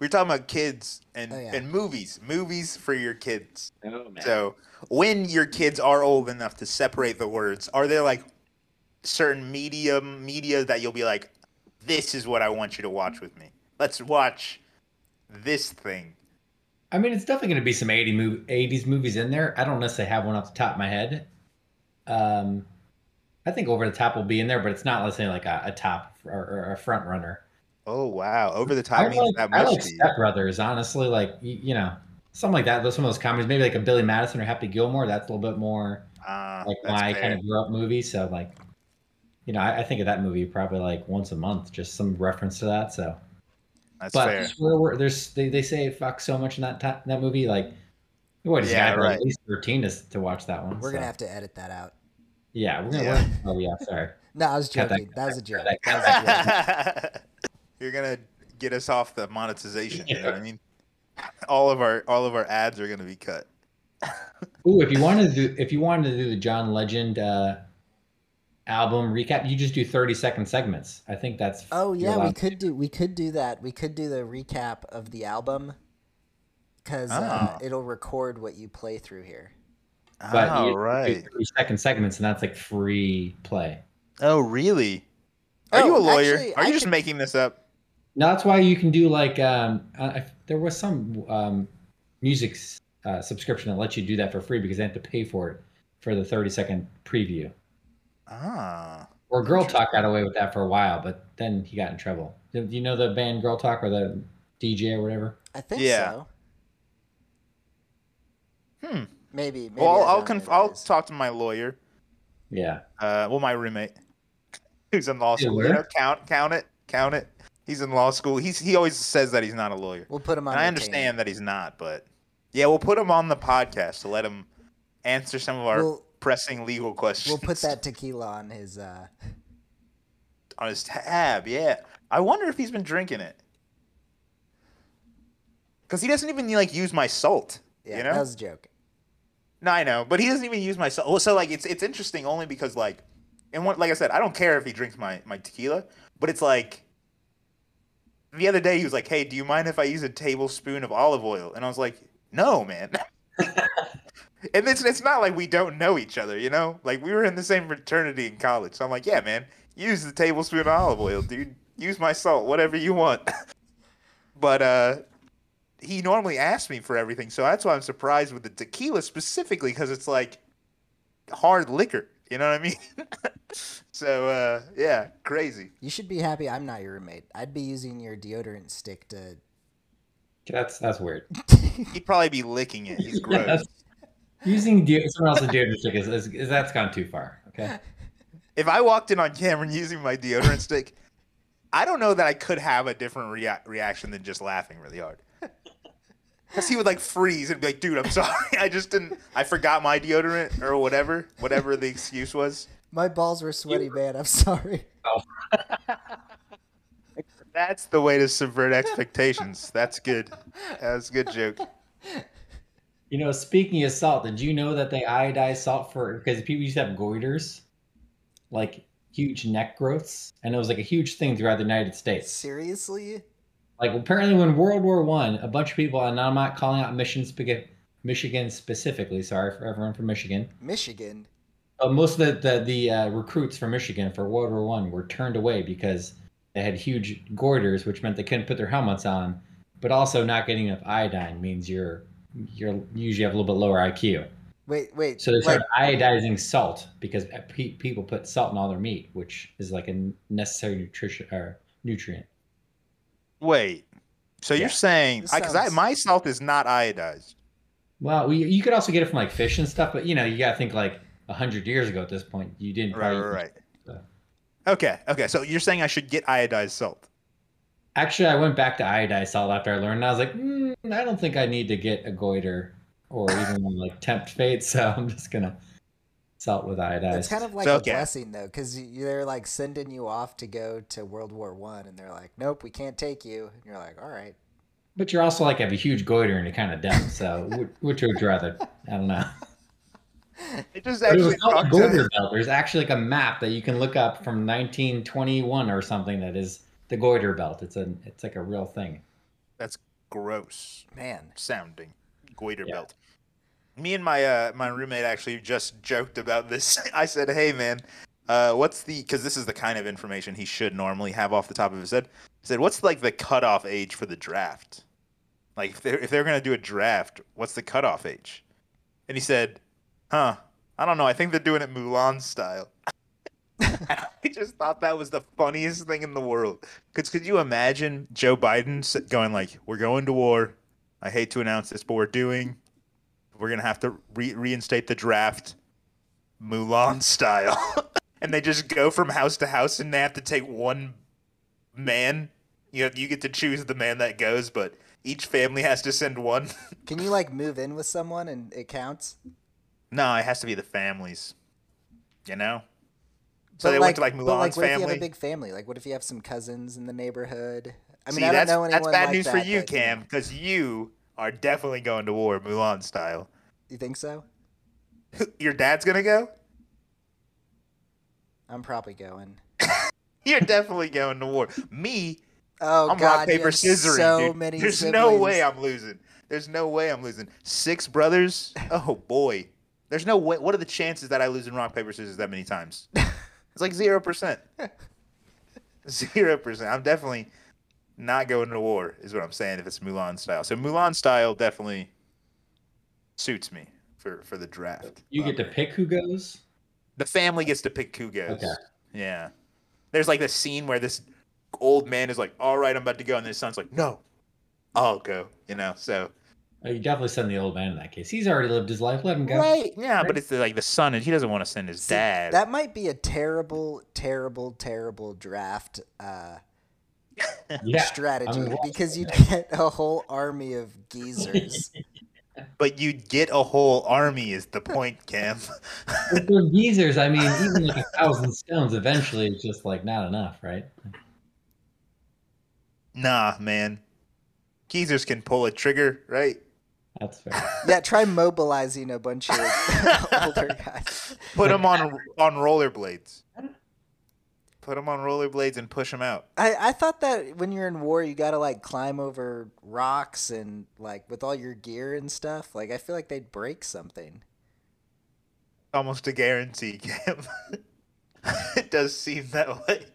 we're talking about kids and Oh, yeah. and movies, movies for your kids. Oh man. So when your kids are old enough to separate the words, are there like certain medium media that you'll be like, this is what I want you to watch with me. Let's watch this thing. I mean, it's definitely going to be some 80 mov- 80s movies in there. I don't necessarily have one off the top of my head. Um, I think Over the Top will be in there, but it's not, let's say, like a, a top or, or a front runner. Oh wow, over the top I, means like, that I much. like to you. Step Brothers, honestly. Like, you, you know, something like that. Those Some of those comedies, maybe like a Billy Madison or Happy Gilmore. That's a little bit more Ah, like that's my fair. kind of grew up movie. So, like, you know, I, I think of that movie probably like once a month, just some reference to that. So, That's but fair. there's where we're- there's they, they say fuck so much in that ti- that movie like what is Yeah, yeah, right. at least thirteen to, to watch that one. We're so. gonna have to edit that out. yeah, we're gonna. Yeah. Oh yeah, sorry. No, I was Cut that- joking. That was a joke. that- That was a joke. You're gonna get us off the monetization. You know what I mean, all of our all of our ads are gonna be cut. Ooh, if you wanted to do if you wanted to do the John Legend uh, album recap, you just do thirty second segments. I think that's Oh you're yeah, we allowed- could do we could do that. We could do the recap of the album because Ah. uh, it'll record what you play through here. but oh you- you right. do 30 second segments, and that's like free play. Oh really? Are Oh, you a lawyer? actually, are you I just could- making this up? No, that's why you can do like um, I, I- there was some um, music s- uh, subscription that lets you do that for free because they have to pay for it for the thirty second preview. Ah, Or Girl Talk got away with that for a while, but then he got in trouble. Do you know the band Girl Talk or the DJ or whatever? I think Yeah. so. Hmm. Maybe. maybe well, I I'll don't know conf- what it I'll is. talk to my lawyer. Yeah. Uh, well, my roommate, who's in law Hey, school. You lawyer? know, count, count it, count it. He's in law school. He's he always says that he's not a lawyer, We'll put him on. and I retainer. understand that he's not. But yeah, we'll put him on the podcast to let him answer some of our We'll- pressing legal questions. We'll put that tequila on his. Uh, on his tab. Yeah, I wonder if he's been drinking it, because he doesn't even like use my salt. yeah, you know, that was a joke. No, I know, but he doesn't even use my so. well, So like, it's it's interesting only because like, and what like I said, I don't care if he drinks my my tequila, but it's like. The other day he was like, "Hey, do you mind if I use a tablespoon of olive oil?" And I was like, "No, man." and it's it's not like we don't know each other, you know. Like we were in the same fraternity in college, so I'm like, "Yeah, man, use the tablespoon of olive oil, dude. Use my salt, whatever you want." but uh, he normally asks me for everything, so that's why I'm surprised with the tequila specifically because it's like hard liquor. You know what I mean? so uh, yeah, crazy. You should be happy I'm not your roommate. I'd be using your deodorant stick to. That's that's weird. He'd probably be licking it. He's gross. That's- Using de- someone else's deodorant stick is, is, is that's gone too far. Okay. if I walked in on Cameron using my deodorant stick, I don't know that I could have a different rea- reaction than just laughing really hard. Because he would like freeze and be like, "Dude, I'm sorry. I just didn't. I forgot my deodorant or whatever, whatever the excuse was." My balls were sweaty, man. I'm sorry. That's the way to subvert expectations. That's good. That's a good joke. You know, speaking of salt, did you know that they iodize salt for because people used to have goiters, like huge neck growths, and it was like a huge thing throughout the United States. Seriously? Like apparently, when World War One, a bunch of people, and I'm not calling out Michigan, spe- Michigan specifically. Sorry for everyone from Michigan, Michigan. but most of the the, the uh, recruits from Michigan for World War One were turned away because they had huge goiters, which meant they couldn't put their helmets on. But also, not getting enough iodine means you're you're you usually have a little bit lower IQ. Wait, wait. So they like, started iodizing salt because pe- people put salt in all their meat, which is like a necessary nutrition or nutrient. Wait. So Yeah. you're saying This because sounds- my salt is not iodized. Well, we, you could also get it from like fish and stuff, but you know, you gotta think like a hundred years ago at this point, you didn't Right, probably right, right. Yeah. Okay, okay. So you're saying I should get iodized salt. Actually, I went back to iodized salt after I learned. And I was like, mm, I don't think I need to get a goiter or even like tempt fate. So I'm just gonna salt with iodized. It's kind of like So, a okay. blessing though, because they're like sending you off to go to World War One, and they're like, "Nope, we can't take you." And you're like, "All right." but you're also like have a huge goiter and you're kind of dumb. So wh- which would you rather? I don't know. It just But it actually was called a talks to- goiter belt. There's actually like a map that you can look up from 1921 or something that is the goiter belt. It's a it's like a real thing. That's gross Man, sounding. Goiter Yeah. belt. Me and my uh, my roommate actually just joked about this. I said, "Hey man, uh, what's the? Because this is the kind of information he should normally have off the top of his head." I said, "What's like the cutoff age for the draft? Like if they're if they're gonna do a draft, what's the cutoff age?" And he said, "Huh, I don't know. I think they're doing it Mulan style." I just thought that was the funniest thing in the world. Cause could you imagine Joe Biden s- going like, "We're going to war. I hate to announce this, but we're doing. We're gonna have to re- reinstate the draft, Mulan style." and they just go from house to house, and they have to take one man. You know, you get to choose the man that goes, but each family has to send one. can you like move in with someone and it counts? no, it has to be the families. You know. So But, they went to like but, like, Mulan's what if you family. have a big family? Like, what if you have some cousins in the neighborhood? I mean, See, I don't that's, know anyone that's bad like news for that, you, but, know, Cam, because you are definitely going to war, Mulan style. you think so? Your dad's gonna go. I'm probably going. You're definitely going to war. Me, Oh I'm God, rock you paper have scissoring. So dude. many. There's no siblings. way I'm losing. There's no way I'm losing. Six brothers. Oh boy. There's no way. What are the chances that I lose in rock paper scissors that many times? It's like zero percent. Zero percent. I'm definitely not going to war. Is what I'm saying. If it's Mulan style, so Mulan style definitely suits me for for the draft. You get to pick who goes. The family gets to pick who goes. Okay. Yeah. There's like this scene where this old man is like, "All right, I'm about to go," and his son's like, "No, I'll go." You know, so Oh, you definitely send the old man in that case. He's already lived his life. Let him go. right, yeah. But it's like the son, and he doesn't want to send his See, dad. That might be a terrible, terrible, terrible draft uh, Yeah. strategy what- because you'd get a whole army of geezers. But you get a whole army is the point, Cam. But they're geezers. I mean, even like a thousand stones, eventually it's just like not enough, right? nah, man. Geezers can pull a trigger, right? That's fair. yeah, try mobilizing a bunch of older guys. Put them on on rollerblades. Put them on rollerblades and push them out. I, I thought that when you're in war, you gotta like climb over rocks and like with all your gear and stuff. Like I feel like they'd break something. Almost a guarantee, Cam. it does seem that way.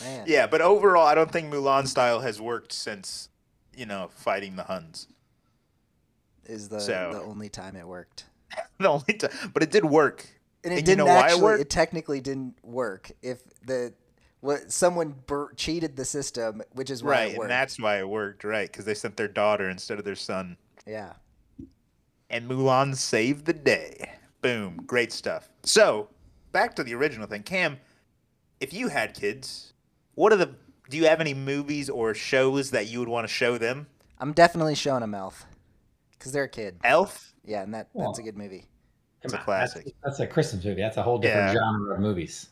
Man. Yeah, but overall, I don't think Mulan style has worked since, you know, fighting the Huns. is the So- the only time it worked. The only time, but it did work. And it And you didn't know why it actually. worked? It technically didn't work. If the what someone bur- cheated the system, which is why Right, it worked. and that's why it worked, right? Because they sent their daughter instead of their son, yeah. and Mulan saved the day. Boom, great stuff. So, back to the original thing, Cam. If you had kids, what are the? Do you have any movies or shows that you would want to show them? I'm definitely showing them Elf because they're a kid. Elf. Yeah, and that that's a good movie. It's a Come on, classic. That's, that's a Christmas movie. That's a whole different Yeah. genre of movies.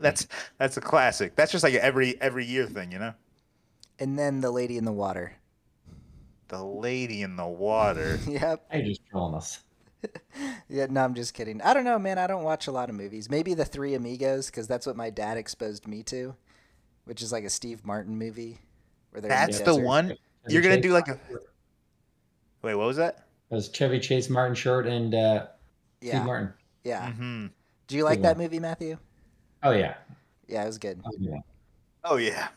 That's that's a classic. That's just like a every every year thing, you know. And then The Lady in the Water. The Lady in the Water. yep. Hey, just trolling us. Yeah, no, I'm just kidding. I don't know, man. I don't watch a lot of movies. Maybe The Three Amigos because that's what my dad exposed me to, which is like a Steve Martin movie. Where they're in That's the desert. one Chevy you're gonna Chase- do like a. Wait, what was that? That was Chevy Chase, Martin Short, and uh, Steve Yeah, Martin. Mm-hmm. yeah. hmm Do you like Good that movie, Matthew? Oh yeah. Yeah, it was good. Oh, yeah. Oh yeah.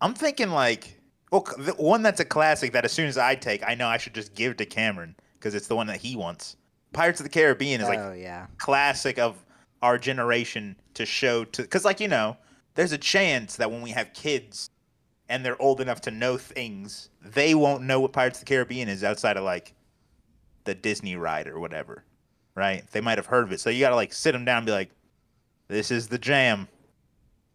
I'm thinking like, well, c- the one that's a classic that as soon as I take, I know I should just give to Cameron because it's the one that he wants. Pirates of the Caribbean is like oh yeah. classic of our generation to show to because like you know there's a chance that when we have kids and they're old enough to know things they won't know what pirates of the caribbean is outside of like the disney ride or whatever right they might have heard of it so you gotta like sit them down and be like this is the jam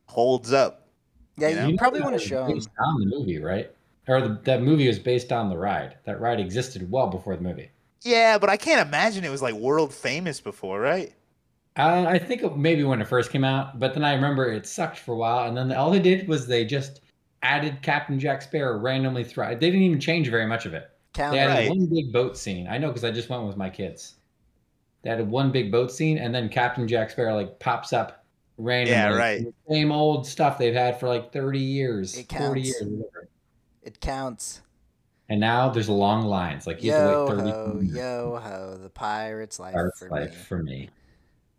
holds up Yeah, You you, know? probably that want to was show them. based on the movie, right? Or the, that movie was based on the ride. That ride existed well before the movie. yeah but i can't imagine it was like world famous before right Uh, I think it maybe when it first came out, but then I remember it sucked for a while, and then all they did was they just added Captain Jack Sparrow randomly throughout. They didn't even change very much of it. Count They added Right. one big boat scene. I know because I just went with my kids. They added one big boat scene, and then Captain Jack Sparrow like pops up randomly. right. Same old stuff they've had for like thirty years, It forty counts. years. whatever. it counts. And now there's long lines. Like you Yo have to wait ho, thirty years yo ho, the pirate's life for for life me. for me.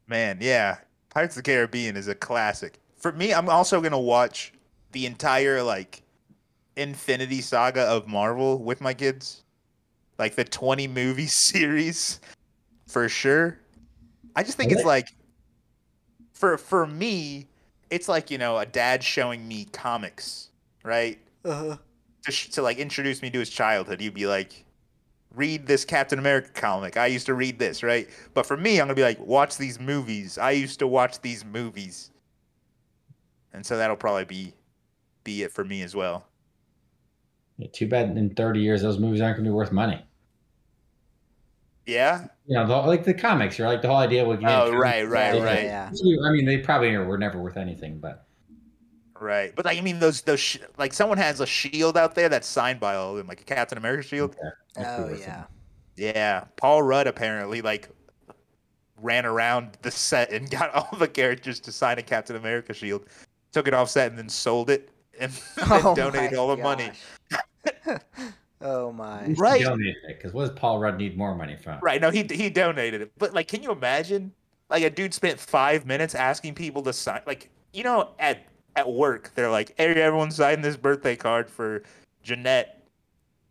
Man, yeah. Pirates of the Caribbean is a classic. For me, I'm also going to watch the entire like Infinity Saga of Marvel with my kids. Like the 20 movie series for sure. I just think it's Okay. like for for me, it's like, you know, a dad showing me comics, right? Uh-huh. to, sh- to like introduce me to his childhood. He'd be like, read this Captain America comic. I used to read this, right? But for me, I'm gonna be like, watch these movies. I used to watch these movies, and so that'll probably be be it for me as well. Yeah, too bad in thirty years those movies aren't going to be worth money. Yeah. you know, the, like the comics, or like the whole idea with Oh, right, right, Yeah, right, Yeah. I mean, they probably were never worth anything, but right. But like, I mean, those those sh- like someone has a shield out there that's signed by all of them, like a Captain America shield. Must be Oh worth it. yeah. Yeah, Paul Rudd apparently like ran around the set and got all the characters to sign a Captain America shield, took it off set and then sold it and then Oh donated my all the money. gosh. oh my. Right. Because what does Paul Rudd need more money from? Right? No, he he donated it. But like, can you imagine? Like a dude spent five minutes asking people to sign. Like you know, at at work they're like, "Hey, everyone sign this birthday card for Jeanette."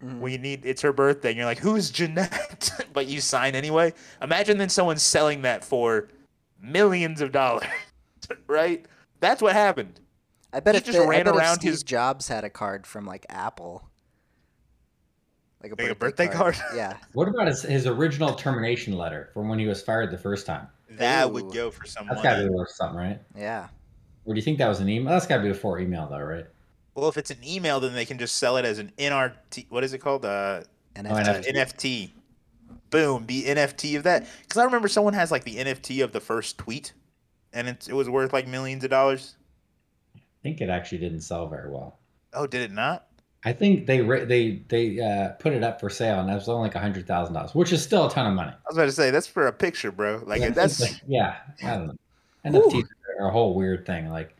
Mhm. we need it's her birthday and you're like who's jeanette but you sign anyway imagine then someone selling that for millions of dollars right that's what happened I bet He if just the- I ran bet if around Steve his- Jobs had a card from like Apple. Like a Like birthday, a birthday yeah. What about his, his original termination letter from when he was fired the first time? that Ooh. would go for some That's got to money be worth something, right? Yeah. Or do you think that was an email? That's got to be before email, though, right? well if it's an email then they can just sell it as an nrt what is it called uh And Oh, I uh, know. NFT. nft boom the nft of that because i remember someone has like the nft of the first tweet and it's, it was worth like millions of dollars I think it actually didn't sell very well. oh did it not I think they ra- they they uh, put it up for sale, and that was only like hundred thousand dollars, which is still a ton of money. i was about to say that's for a picture bro like Yeah, that's it's like- yeah, I don't know. NFTs are a whole weird thing. Like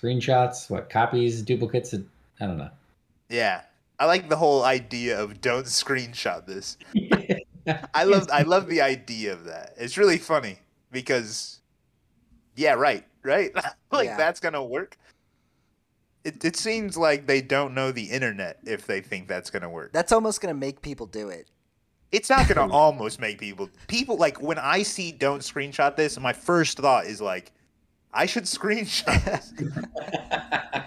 screenshots, what copies, duplicates. it- I don't know. Yeah. I like the whole idea of don't screenshot this. I love I love the idea of that. It's really funny because yeah, right, right? like Yeah. that's going to work. It it seems like they don't know the internet if they think that's going to work. That's almost gonna make people do it. It's not going to almost make people people like when I see don't screenshot this, my first thought is like I should screenshot this.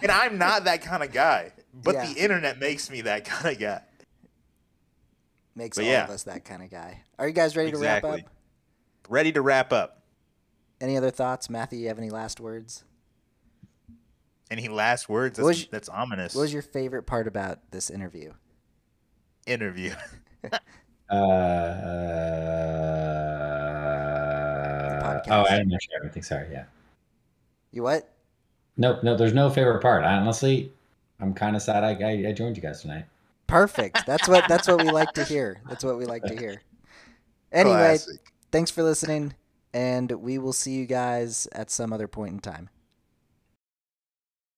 and I'm not that kind of guy, but Yeah. the internet makes me that kind of guy. Makes But all yeah. of us that kind of guy. Are you guys ready to wrap Exactly. up? Ready to wrap up. Any other thoughts, Matthew? You have any last words? Any last words? That's, What was y- that's ominous. What was your favorite part about this interview? interview? Uh, oh, I didn't actually have anything. Sorry. Yeah. You what? Nope. No, there's no favorite part. I, honestly, I'm kind of sad I, I, I joined you guys tonight. Perfect. That's what that's what we like to hear. That's what we like to hear. Anyway, Classic. thanks for listening, and we will see you guys at some other point in time.